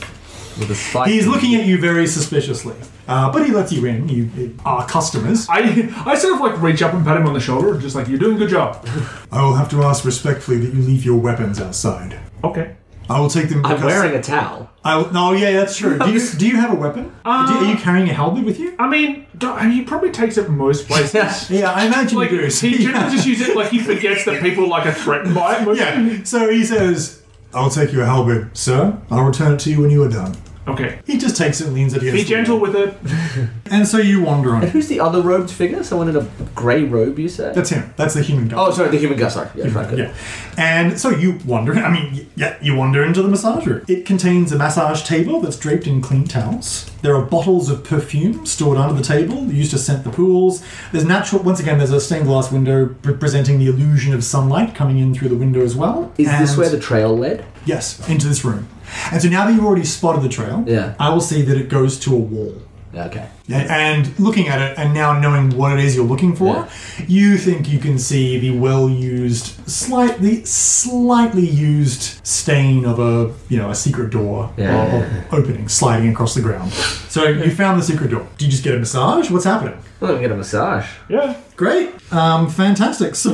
With a spiked He's looking at you very suspiciously, uh, but he lets you in. You you are customers. I, <laughs> I sort of like reach up and pat him on the shoulder, and just like, you're doing a good job. <laughs> I will have to ask respectfully that you leave your weapons outside. Okay. I will take them. I'm because- wearing a towel. I will, no, yeah, that's true. Do you do you have a weapon? do, are Uh, you carrying a halberd with you? I mean, do- I mean, he probably takes it most <laughs> places. Yeah, I imagine Like, you do. <laughs> he generally just uses it like he forgets that people like are threatened by it. Yeah, so he says, I'll take your halberd, sir. I'll return it to you when you are done. Okay. He just takes it and leans it against. Be the gentle wall. with it. And so you wander on. And who's the other robed figure? Someone in a grey robe, you say? That's him. That's the human guy. oh, sorry, the human guy. Sorry. Yeah, right, good. Yeah. And so you wander, I mean, y- yeah, you wander into the massage room. It contains a massage table that's draped in clean towels. There are bottles of perfume stored under the table, used to scent the pools. There's natural, once again, there's a stained glass window pre- presenting the illusion of sunlight coming in through the window as well. Is this And- where the trail led? Yes, into this room. And so now that you've already spotted the trail, Yeah. I will see that it goes to a wall. Okay. Yeah, and looking at it and now knowing what it is you're looking for, you think you can see the well-used, slightly slightly used stain of a you know a secret door Yeah, or, or yeah, opening sliding across the ground. So you found the secret door. Do you just get a massage? What's happening? Well, we get a massage. Yeah. Great, um, fantastic. <laughs> So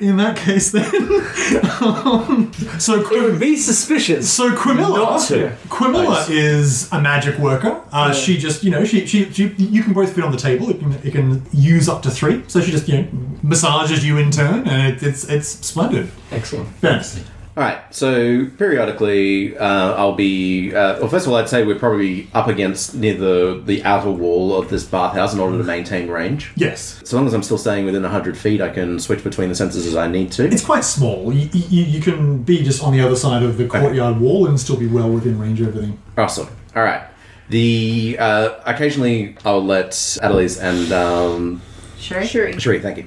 in that case, then, <laughs> um, so It would Quim- be suspicious. so Not Quimilla, to. Quimilla Nice. is a magic worker. Uh, She just, you know, she, she, she, you can both fit on the table. It can, it can use up to three. So she just, you know, massages you in turn, and it, it's, it's splendid. Excellent. Yes. All right. So periodically, uh, I'll be. Uh, well, first of all, I'd say we're probably up against near the the outer wall of this bathhouse in order to maintain range. Yes. So long as I'm still staying within 100 feet, I can switch between the sensors as I need to. It's quite small. You, you, you can be just on the other side of the courtyard wall and still be well within range of everything. Awesome. All right. The uh, occasionally I'll let Adelise and um, Sure. Sure. Sheree, thank you,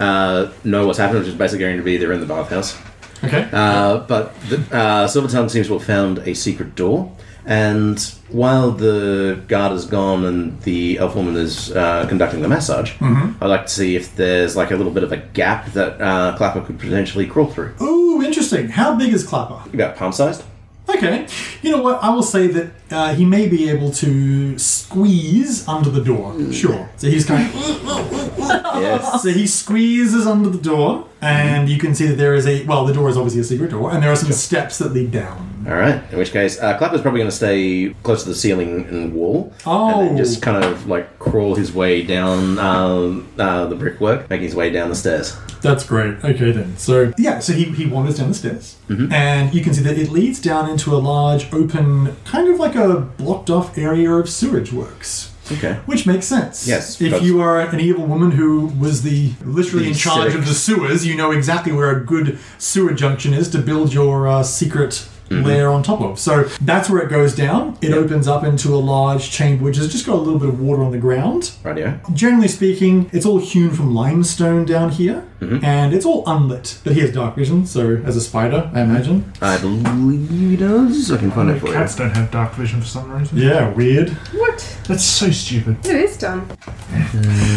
uh, know what's happening, which is basically going to be they're in the bathhouse. Okay. Uh, but the, uh, Silvertongue seems to have found a secret door, and while the guard is gone and the elf woman is uh, conducting the massage, Mm-hmm. I'd like to see if there's like a little bit of a gap that uh, Clapper could potentially crawl through. oh, interesting. How big is Clapper? About palm sized. Okay. You know what? I will say that uh, he may be able to squeeze under the door. Hmm. Sure. So he's kind of. <laughs> Yes. So he squeezes under the door, and you can see that there is a. Well, the door is obviously a secret door, and there are some steps that lead down. All right. In which case, uh, Clapper's probably going to stay close to the ceiling and wall, and Oh. then just kind of like crawl his way down um, uh, the brickwork, making his way down the stairs. That's great. Okay, then. So, yeah, so he, he wanders down the stairs, and you can see that it leads down into a large, open, kind of like a blocked off area of sewage works. Okay. Which makes sense. Yes, If because- you are an evil woman who was the literally The in charge of civic- the sewers, you know exactly where a good sewer junction is to build your uh, secret Mm-hmm. lair on top of. So that's where it goes down. It opens up into a large chamber which has just got a little bit of water on the ground. Radio. Generally speaking, it's all hewn from limestone down here, Mm-hmm. and it's all unlit. But he has dark vision, so as a spider, I imagine. I believe he does. I can find it for you. Cats don't have dark vision for some reason. Yeah, weird. What? That's so stupid. It is done.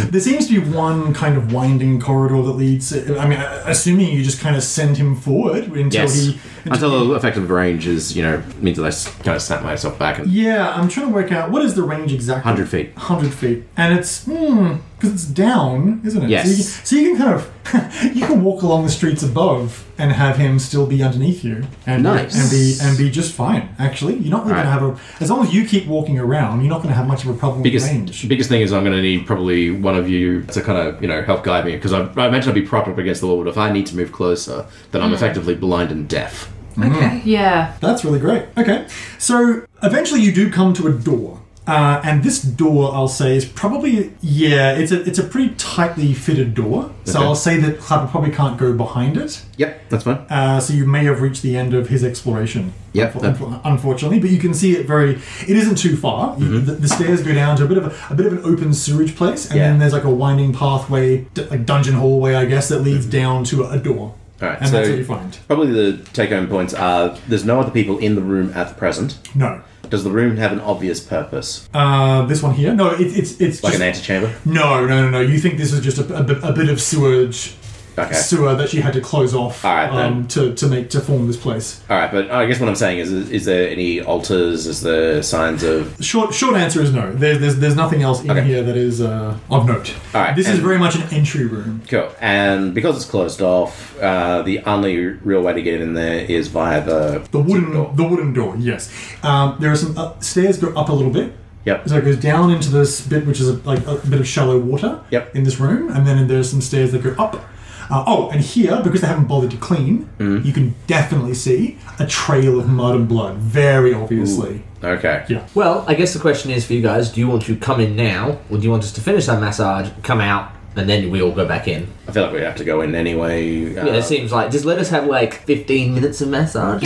There seems to be one kind of winding corridor that leads. I mean, assuming you just kind of send him forward until Yes. he. Until the effective range is, you know, means that I s- kind of snap myself back and Yeah, I'm trying to work out what is the range exactly. 100 feet. 100 feet. And it's, hmm, because it's down, isn't it? Yes. So you, can- so you can kind of, <laughs> you can walk along the streets above and have him still be underneath you. And, Nice. And be, and be just fine, actually. You're not really Right. going to have a, as long as you keep walking around, you're not going to have much of a problem Biggest with range. biggest thing is I'm going to need probably one of you to kind of you know help guide me because I, I imagine I'll be propped up against the wall. But if I need to move closer, then Hmm. I'm effectively blind and deaf. Okay. Yeah. That's really great. Okay. So eventually you do come to a door. Uh, and this door, I'll say, is probably yeah. It's a it's a pretty tightly fitted door, so Okay. I'll say that Clapper probably can't go behind it. Yep, that's fine. Uh, so you may have reached the end of his exploration. Yep. unfo- unfo- unfortunately, but you can see it very. It isn't too far. You- Mm-hmm. The, the stairs go down to a bit of a, a bit of an open sewage place, and Yeah. then there's like a winding pathway, d- like dungeon hallway, I guess, that leads down to a, a door. Mm-hmm. All right, and so that's what you find. probably the take-home points are: there's no other people in the room at the present. No, Does the room have an obvious purpose, uh, this one here. No, it, it's it's like just, an antechamber? No, no, no, no. You think this is just a, a bit- a bit of sewage Okay. sewer that she had to close off All right, then. um, to, to make to form this place. All right, but I guess what I'm saying is: is there any altars? Is there signs of? Short short answer is no. There's there's, there's nothing else in Okay. here that is uh, of note. All right, this is and- very much an entry room. Cool. And because it's closed off, uh, the only real way to get in there is via the The wooden door. the wooden door. Yes. Um, there are some uh, stairs go up a little bit. Yep. So it goes down into this bit, which is a, like a bit of shallow water Yep. in this room, and then there's some stairs that go up. Uh, oh, and here, because they haven't bothered to clean, you can definitely see a trail of mud and blood, very obviously. Okay. Yeah. Well, I guess the question is for you guys: Do you want to come in now, or do you want us to finish that massage, come out, and then we all go back in? I feel like we have to go in anyway. uh, yeah, it seems like just let us have like fifteen minutes of massage,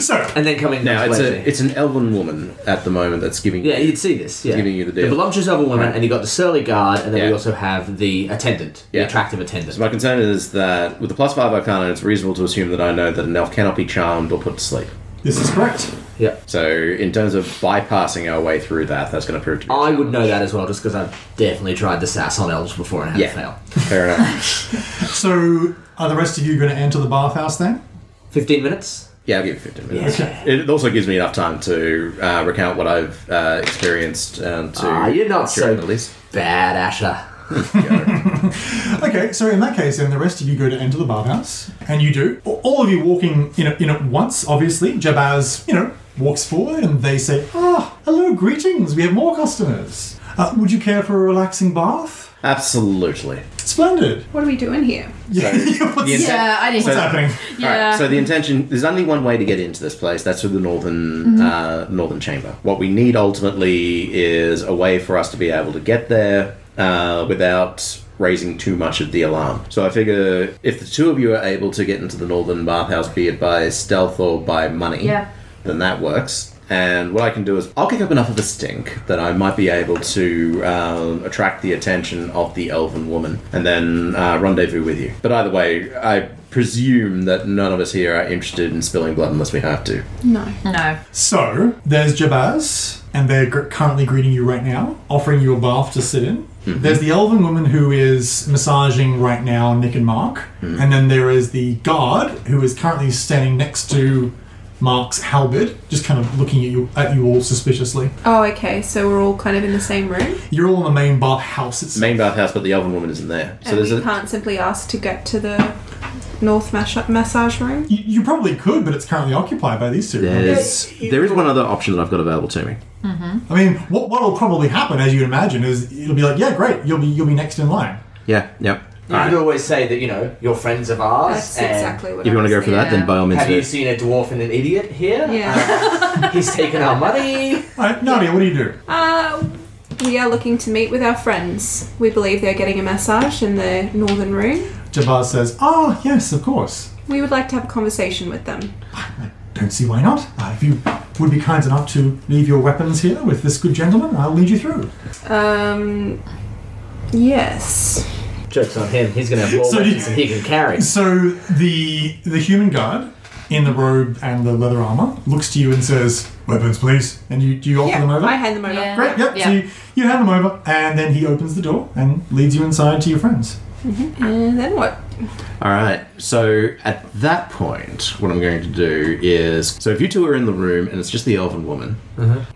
So, and then come in now next it's Wednesday. a it's an elven woman at the moment that's giving. yeah, you'd see this. Yeah, giving you the deal. voluptuous other woman, Right. and you got the surly guard, and then Yeah. we also have the attendant, Yeah. the attractive attendant. So my concern is that with the plus five arcana, it's reasonable to assume that I know that an elf cannot be charmed or put to sleep. this is correct. yeah, So in terms of bypassing our way through that, that's going to prove to be. I would know that as well, just because I've definitely tried the sass on elves before and had Yeah. to fail. Fair <laughs> enough. So, are the rest of you going to enter the bathhouse then? Fifteen minutes. Yeah, I'll give you 15 minutes. Okay. It also gives me enough time to uh, recount what I've uh, experienced and to. Ah, you're not so- during the list. Bad Asher. <laughs> Okay, so in that case, then the rest of you go to enter the bathhouse, and you do. All of you walking in at, in at once, obviously. Jabaz, you know, walks forward, and they say, "Ah, hello, greetings. We have more customers. Uh, would you care for a relaxing bath? Absolutely. Splendid. What are we doing here? <laughs> Yeah, what's, the- Yeah, I what's didn't. happening? All Yeah. right, so the intention there's only one way to get into this place. That's through the northern Mm-hmm. uh, northern chamber. What we need ultimately is a way for us to be able to get there uh, without raising too much of the alarm. So I figure if the two of you are able to get into the northern bathhouse, be it by stealth or by money, Yeah. then that works. And what I can do is I'll kick up enough of a stink that I might be able to um, attract the attention of the elven woman and then uh, rendezvous with you. But either way, I presume that none of us here are interested in spilling blood unless we have to. No. No. So there's Jabaz, and they're gr- currently greeting you right now, offering you a bath to sit in. There's the elven woman who is massaging right now Nick and Mark, and then there is the guard who is currently standing next to Mark's halberd, just kind of looking at you at you all suspiciously. Oh, okay. So we're all kind of in the same room, You're all in the main bath house. It's Main bathhouse, but the elven woman isn't there. So and there's we a. can't simply ask to get to the north mas- massage room. you, you probably could, but it's currently occupied by these two. There's, there is one other option that I've got available to me. I mean, what what will probably happen, as you can imagine, is it'll be like, yeah, great, you'll be you'll be next in line. Yeah, yep. You could always say that you know you're friends of ours. That's and exactly what. If you I want to go was for that, Yeah. then by all uh, means Have do. you seen a dwarf and an idiot here? <laughs> Yeah. Uh, <laughs> he's taken our money. All right, Nadia, what do you do? Uh, we are looking to meet with our friends. We believe they're getting a massage in the northern room. Jabaz says, ah, yes, of course. We would like to have a conversation with them. Don't see why not. Uh, if you would be kind enough to leave your weapons here with this good gentleman, I'll lead you through. Um, yes. Joke's on him. He's going to have more So do weapons you- than he can <laughs> carry. So the the human guard in the robe and the leather armor looks to you and says, "Weapons, please." And you do you offer Yeah, them over? I hand them over. Yeah. Great. Yep. So Yeah. you, you hand them over, and then he opens the door and leads you inside to your friends. And then what? All right. So at that point, what I'm going to do is so if you two are in the room and it's just the elven woman,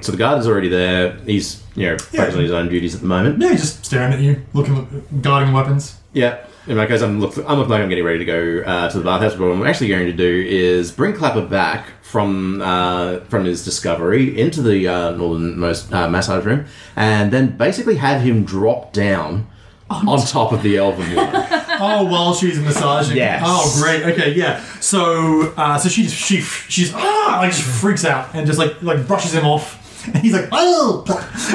so the guard is already there. He's you know Yeah. focused on his own duties at the moment. Yeah, he's just staring at you, looking, guarding weapons. Yeah. In my case, I'm look, I'm looking like I'm getting ready to go uh, to the bathhouse. But what I'm actually going to do is bring Clapper back from uh, from his discovery into the uh, northernmost uh, massage room, and then basically have him drop down on top of the elven <laughs> woman. Oh, while she's massaging. Yes. Oh, great. Okay, yeah. So, uh, so she just she she's ah like she freaks out and just like like brushes him off. <laughs> And he's like, oh,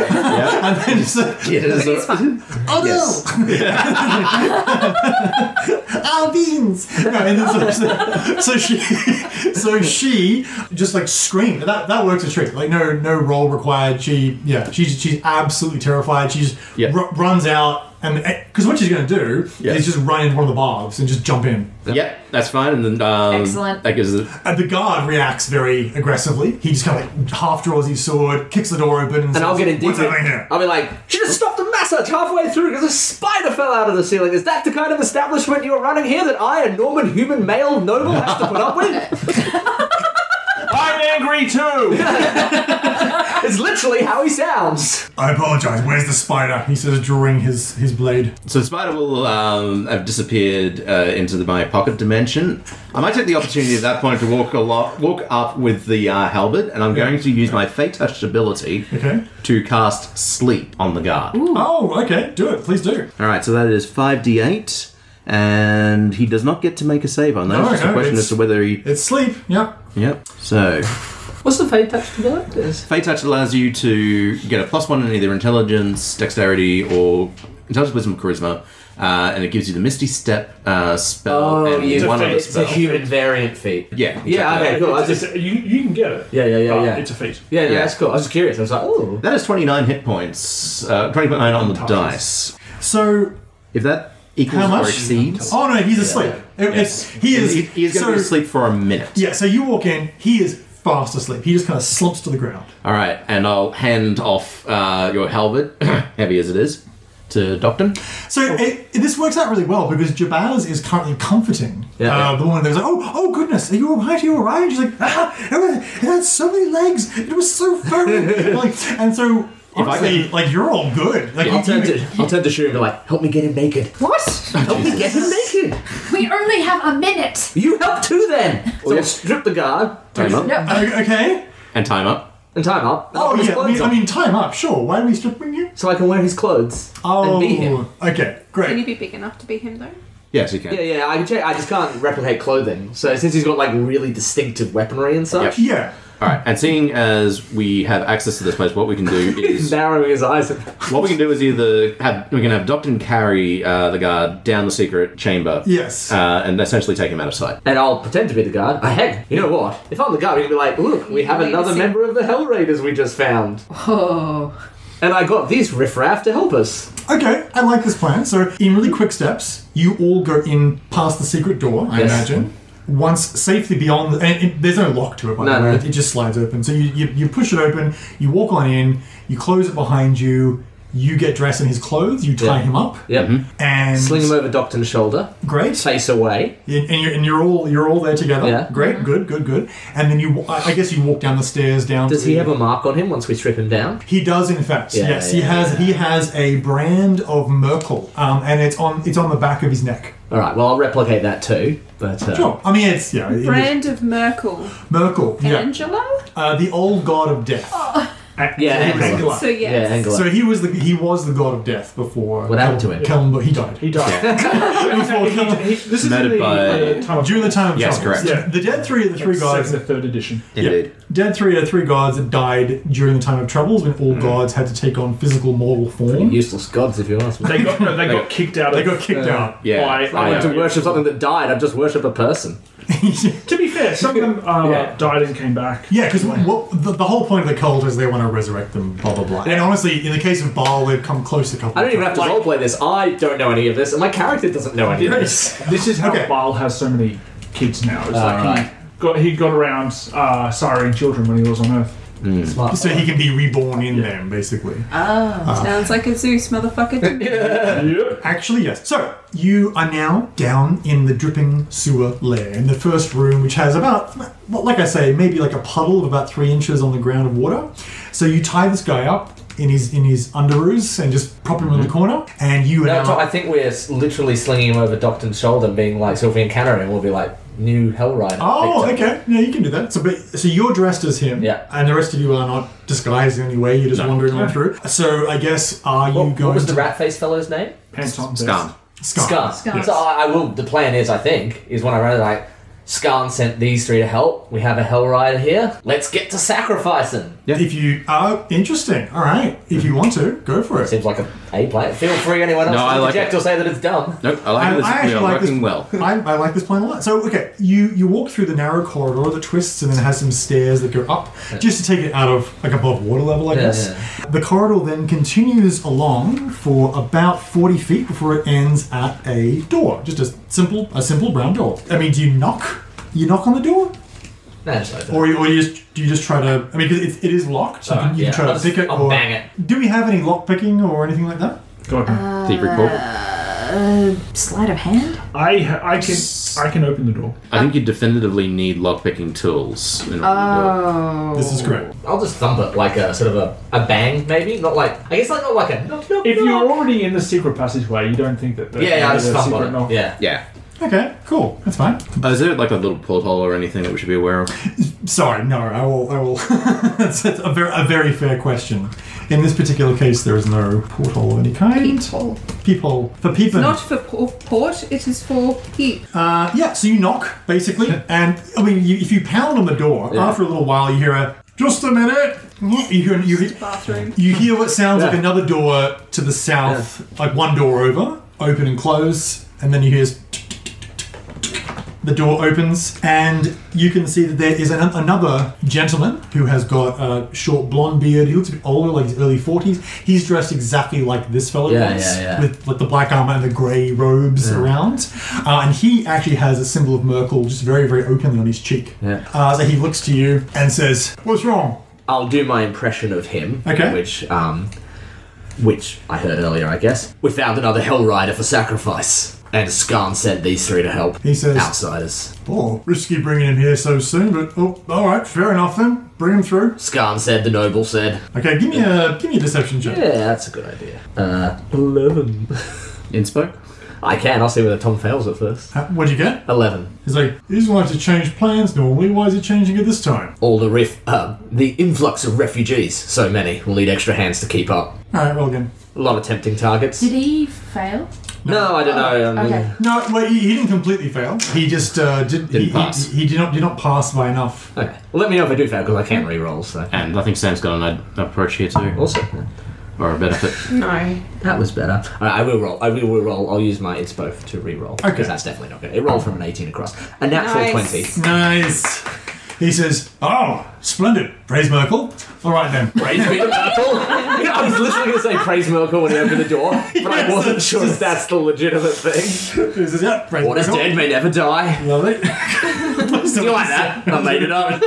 yeah. and then just like, It is- oh Yes. <laughs> no, oh beans. No, and then so, so she, so she just like screamed. That that works a trick. Like no no roll required. She yeah she's she's absolutely terrified. She just Yeah. ru- runs out and because what she's gonna do Yeah. is just run into one of the baths and just jump in. Yep, that's fine. And then um, Excellent. That gives it. And Uh, the guard reacts very aggressively. He just kind of like half draws his sword, kicks the door open, and, says, And I'll get What's indignant. happening here? I'll be like, she just stopped the massage halfway through because a spider fell out of the ceiling. Is that the kind of establishment you're running here that I, a Norman human male noble, has to put up <laughs> with? I'm angry too! It's literally how he sounds. I apologize. Where's the spider? He says, drawing his his blade. So the spider will um, have disappeared uh, into the, my pocket dimension. I might take the opportunity at that point to walk a lot, walk up with the uh, halberd, and I'm going to use my fate touched ability Okay. to cast sleep on the guard. Oh, okay. Do it, please do. All right, so that is five d8. and he does not get to make a save on that. No, it's just no, a question it's- as to whether he. It's sleep. Yep. Yep. So, What's the fade touch ability? Is Fey Touch allows you to get a plus one in either intelligence, dexterity, or intelligence, wisdom, charisma, uh, and it gives you the Misty Step uh, Oh, Oh, spell and a one fate, other it's spell. variant feat. yeah. Yeah, exactly. okay, cool. I It's- just, it's- you, you can get it. yeah, yeah, yeah, Uh, yeah. It's a feat. yeah, no, Yeah. that's cool. I was just curious. I was like, oh. That is 29 hit points. Uh, 29 on the dice. So If that equals How or much? exceeds. Oh no, he's asleep. It- it's- he is. He, he is going to be so- asleep for a minute. Yeah. So you walk in. He is fast asleep. He just kind of slumps to the ground. All right, and I'll hand off uh, your halberd, <clears throat> heavy as it is, to Docton. So it, it- this works out really well because Jabaz is currently comforting Yeah, uh, yeah. the woman. There's like, oh, oh goodness, are you alright? Are you alright? And she's like, ah, it, was, it had so many legs. It was so <laughs> furry. like, and so honestly, like you're all good. Like, I'll you- turn you- to I'll turn to Shuri and be like, help me get him naked. What? Help me get him naked. We only have a minute. You help too then. So we'll strip the guard Time up. No. Uh, okay. Oh, And time up. and time up. and I'll Oh put his yeah. I clothes mean, I on. mean, time up. Sure. Why are we stripping you? so I can wear his clothes Oh. and be him. Okay. Can you Great. be big enough to be him though? Yes, you can. Yeah, yeah. I can check. I just can't replicate clothing. So since he's got like really distinctive weaponry and such, Yeah. All right, and seeing as we have access to this place, what we can <laughs> do he's is narrowing his eyes. what we can do is either have we can have Docton carry uh, the guard down the secret chamber. Yes. Uh, and essentially take him out of sight. And I'll pretend to be the guard. Oh, heck, you know what? If I'm the guard, we can be like, look, we have Wait a another sec. member of the Hell Raiders we just found. Oh. And I got this riffraff to help us. Okay, I like this plan. So, in really quick steps, you all go in past the secret door, I Yes. imagine. Once safely beyond, and it, there's no lock to it, by No, the way. no. It, it just slides open. So, you, you, you push it open, you walk on in, you close it behind you, you get dressed in his clothes, you tie Yeah. him up, Yep. and. Sling him over Docton's shoulder, Great. face away. And and you're, and you're all you're all there together. Yeah. Great, good, good, good. And then you, I I guess you walk down the stairs down. Does to he the- have a mark on him once we strip him down? He does, in fact. Yeah, yes, he yeah, has. He has a brand of Merkel, um, and it's on it's on the back of his neck. All right, well, I'll replicate that too. But uh, Sure. I mean, it's yeah. it is- Brand of Merkel. Merkel. Yeah. Angelo? Uh, the old god of death. Yeah, Angela. Angela. So yes. Yeah, Angela. So he was the he was the god of death before. What happened to him? Kellenberg. He died He died. before Kellenberg. <laughs> He- this is Murdered in the, by- uh, time of During the time of Yes, troubles. correct. Yeah. The dead three are the three gods. the third edition. Indeed. Dead three are three gods that died during the time of troubles when Hmm. all gods had to take on physical mortal form. Useless gods, if you ask me. They got no, they got kicked out. They of, got kicked uh, out. Yeah. By, I I went know. to worship something that died. I'd just worship a person. To be fair, some of them uh, <laughs> Yeah. died and came back. <laughs> Yeah, because the, the whole point of the cult is they want to resurrect them, blah blah blah. And honestly, in the case of Baal, they've come close a couple. I don't even have to times. roleplay this. I don't know any of this, and my character doesn't know any of this. This is how Okay. Baal has so many kids now. It's like right. he got he got around uh, siring children when he was on Earth. Smart. <laughs> so he can be reborn in them, basically. Sounds like a Zeus motherfucker to me. Yep. Actually, yes. So you are now down in the dripping sewer lair in the first room, which has about, well, like I say, maybe like a puddle of about three inches on the ground of water. So you tie this guy up in his in his underoos and just prop him in the corner, and you are Mm-hmm. No, now. I think we're s- literally slinging him over Docton's shoulder, and being like, so if we encounter him, we'll be like, new Hellrider. Oh, victim. okay. Yeah, you can do that. So, but, so you're dressed as him, Yeah. and the rest of you are not disguised in any way. You're just wandering on through. So, I guess are you What, going what was to the rat face fellow's name? Pants on Scarn. Scar? Scarn. Scarn. So I, I will. The plan is, I think, is when I run it, like Scarn sent these three to help. We have a Hellrider here. Let's get to sacrificing. Yeah. If you are interesting, all right. If you want to, go for it. Seems like a A plan. Feel free, anyone else No, I to like reject it. or say that it's dumb. Nope, I like I, this. I we actually are like working this. well. <laughs> I, I like this plan a lot. So okay, you you walk through the narrow corridor that twists and then has some stairs that go up just to take it out of like above water level, I Yeah, guess. The corridor then continues along for about forty feet before it ends at a door, just a simple a simple brown door. I mean, do you knock? You knock on the door, No, just like that. or you, or you just do you just try to? I mean, 'cause it, it is locked. So you can, Alright, you yeah. can try I'll to pick just- it I'll or bang it. Do we have any lock picking or anything like that? Go ahead. <laughs> Deep recall. Uh, sleight of hand? I ha- I can I can open the door. I think you definitively need lockpicking tools in order to do it. Oh. This is great. I'll just thump it like a sort of a, a bang, maybe. Not like I guess like not like a knock knock. If knock. you're already in the secret passageway, you don't think that. The, yeah, yeah, I the just thump secret on it. knock- Yeah. Yeah. Oh. Okay, cool. That's fine. Uh, is there like a little porthole or anything that we should be aware of? <laughs> Sorry, no, I will. I will. that's, that's a very, a very fair question. In this particular case, there is no porthole of any kind. Peephole. Peephole. For It's peeping. not for por- port, it is for peep. Uh, yeah, so you knock, basically, and I mean, you, if you pound on the door, Yeah. after a little while, you hear a, just a minute! You hear, you hear, Bathroom. you hear what sounds like Yeah. another door to the south, like one door over, open and close, and then you hear s- the door opens, and you can see that there is an, another gentleman who has got a short blonde beard. He looks a bit older, like his early 40s. He's dressed exactly like this fellow Yeah, was, yeah, yeah. with like the black armor and the grey robes around. Uh, and he actually has a symbol of Merkel just very, very openly on his cheek. Yeah. Uh, so he looks to you and says, What's wrong? I'll do my impression of him. Okay. Which, um, which I heard earlier, I guess. We found another Hell Rider for sacrifice, and Skarn sent these three to help. He says- outsiders. Oh, risky bringing him here so soon, but oh, all right, fair enough then. Bring him through. Skarn said, the noble said. Okay, give me a give me a deception check. Yeah, that's a good idea. Uh, eleven. Inspo? I can. I'll see whether Tom fails at first. Uh, What'd you get? Eleven. He's like, he doesn't like to change plans normally. Why is he changing it this time? All the ref, uh, the influx of refugees. So many. We'll need extra hands to keep up. All right, well again. A lot of tempting targets. Did he fail? no, I don't know. I mean, Okay. No, well, he, he didn't completely fail. He just uh, did, Didn't he, pass. He, he did not did not pass by enough. Okay. Well, let me know if I do fail because I can't re-roll. So And I think Sam's got an ad- approach here too. also. Or a benefit. No. That was better. All right, I will roll. I will re-roll. I'll use my inspo f- to re-roll. Okay. Because that's definitely not good. It rolled from an 18 across. A natural Nice. 20. Nice. He says, "Oh, splendid! Praise Merkel." All right then. Praise be to Merkel. <laughs> I was literally going to say praise Merkel when he opened the door, but I wasn't Yes. sure if that's the legitimate thing. He says, "Yeah, praise What is Merkel." dead may never die. Lovely. <laughs> You <laughs> like that? I made it up.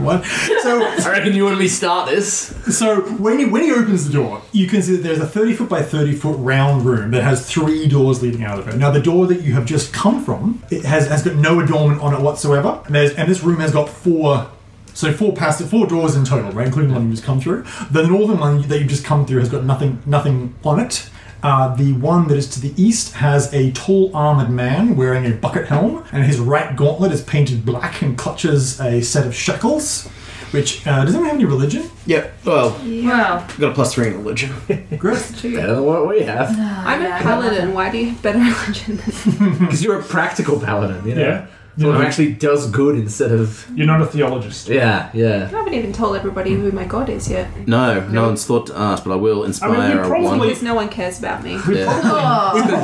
What? So I reckon you and me start this. So when he, when he opens the door, you can see that there's a 30 foot by 30 foot round room that has three doors leading out of it. Now the door that you have just come from, it has has got no adornment on it whatsoever. And there's and this room has got four so four past four doors in total, right, including the one you just come through. The northern one that you've just come through has got nothing nothing on it. Uh, the one that is to the east has a tall armored man wearing a bucket helm, and his right gauntlet is painted black and clutches a set of shackles. Which uh, does anyone have any religion? Yep. Well, Wow. got a plus three in religion. Great. Better than what we have. I'm a paladin. Why do you have better <laughs> religion than Because you're a practical paladin, you know? Yeah. Someone who actually does good instead of. You're not a theologist. Yeah, yeah. I haven't even told everybody who my god is yet. No, no one's thought to ask, but I will inspire a probably- one. Because no one cares about me. Yeah. <laughs>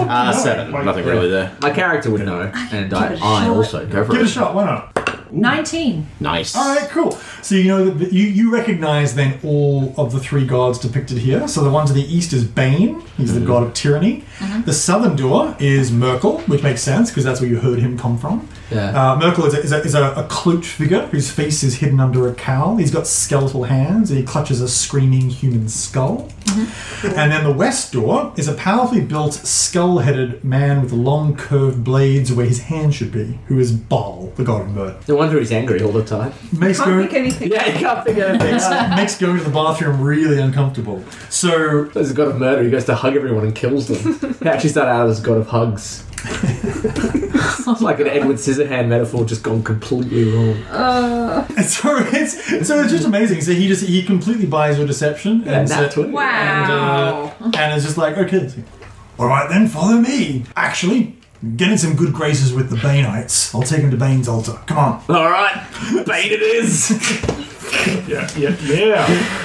Ah, seven. Like, Nothing yeah. really there. My character would know, and Give I, it a I shot. also go for Give it a it. shot. Why not? 19. Nice. All right, cool. So you know that you you recognize then all of the three gods depicted here. So the one to the east is Bane. He's the god of tyranny. The southern door is Merkel, which makes sense because that's where you heard him come from. Yeah. Uh, Merkel is, a, is, a, is a, a cloaked figure whose face is hidden under a cowl. He's got skeletal hands and he clutches a screaming human skull. And then the west door is a powerfully built, skull headed man with long curved blades where his hand should be, who is Baal, the god of murder. No wonder he's angry all the time. Makes Can't go, think anything. Yeah, he can't think of <laughs> makes, it. makes going to the bathroom really uncomfortable. So, <laughs> There's a god of murder. He goes to hug everyone and kills them. He actually started out as god of hugs. Sounds like an Edward Scissorhand metaphor just gone completely wrong. so it's so it's just amazing. So he just he completely buys your deception and Nat so- 20. and, uh, Wow. and it's just like, okay, so- all right then, follow me. Actually, get in some good graces with the Bainites. I'll take him to Bane's altar. Come on. All right, bait it is. Yeah, yeah, <laughs> yeah.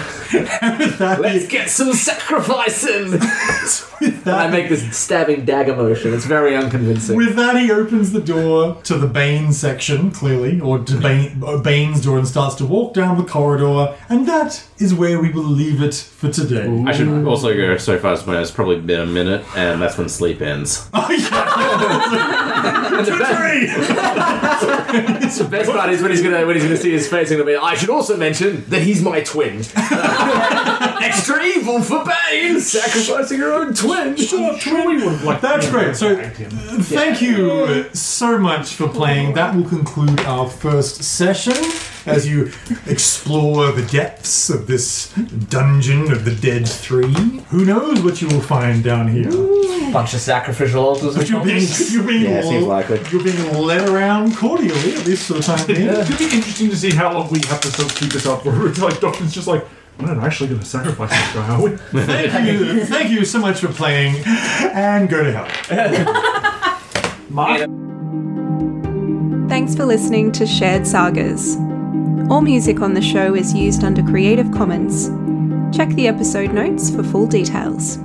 Let's get some sacrificing. And With <laughs> I that, make this stabbing dagger motion. It's very unconvincing. with that, he opens the door to the Bane section, clearly, or to Bane, or Bane's door, and starts to walk down the corridor. And that is where we will leave it for today. I should also go so far as to point out it's probably been a minute, and that's when sleep ends. <laughs> Oh yeah! And the best, Victory! <laughs> the best part is when he's gonna when he's gonna see his face. He's gonna be. I should also mention that he's my <laughs> twin. <laughs> Extra evil for Bane, sacrificing your own twin. I'm sure we would like That's to great. So, thank him. Thank you so much for playing. That will conclude our first session. as you explore the depths of this dungeon of the dead three. Who knows what you will find down here? Bunch of sacrificial altars. But you're being you're being Yeah, seems likely. you're being led around cordially at least for the time being. <laughs> It's gonna be interesting to see how long we have to still keep this up. <laughs> Where it's like Doctor's just like, we're not actually gonna sacrifice this guy, are we? Thank you, thank you so much for playing, and go to hell. Mark? Thanks for listening to Shared Sagas. All music on the show is used under Creative Commons. Check the episode notes for full details.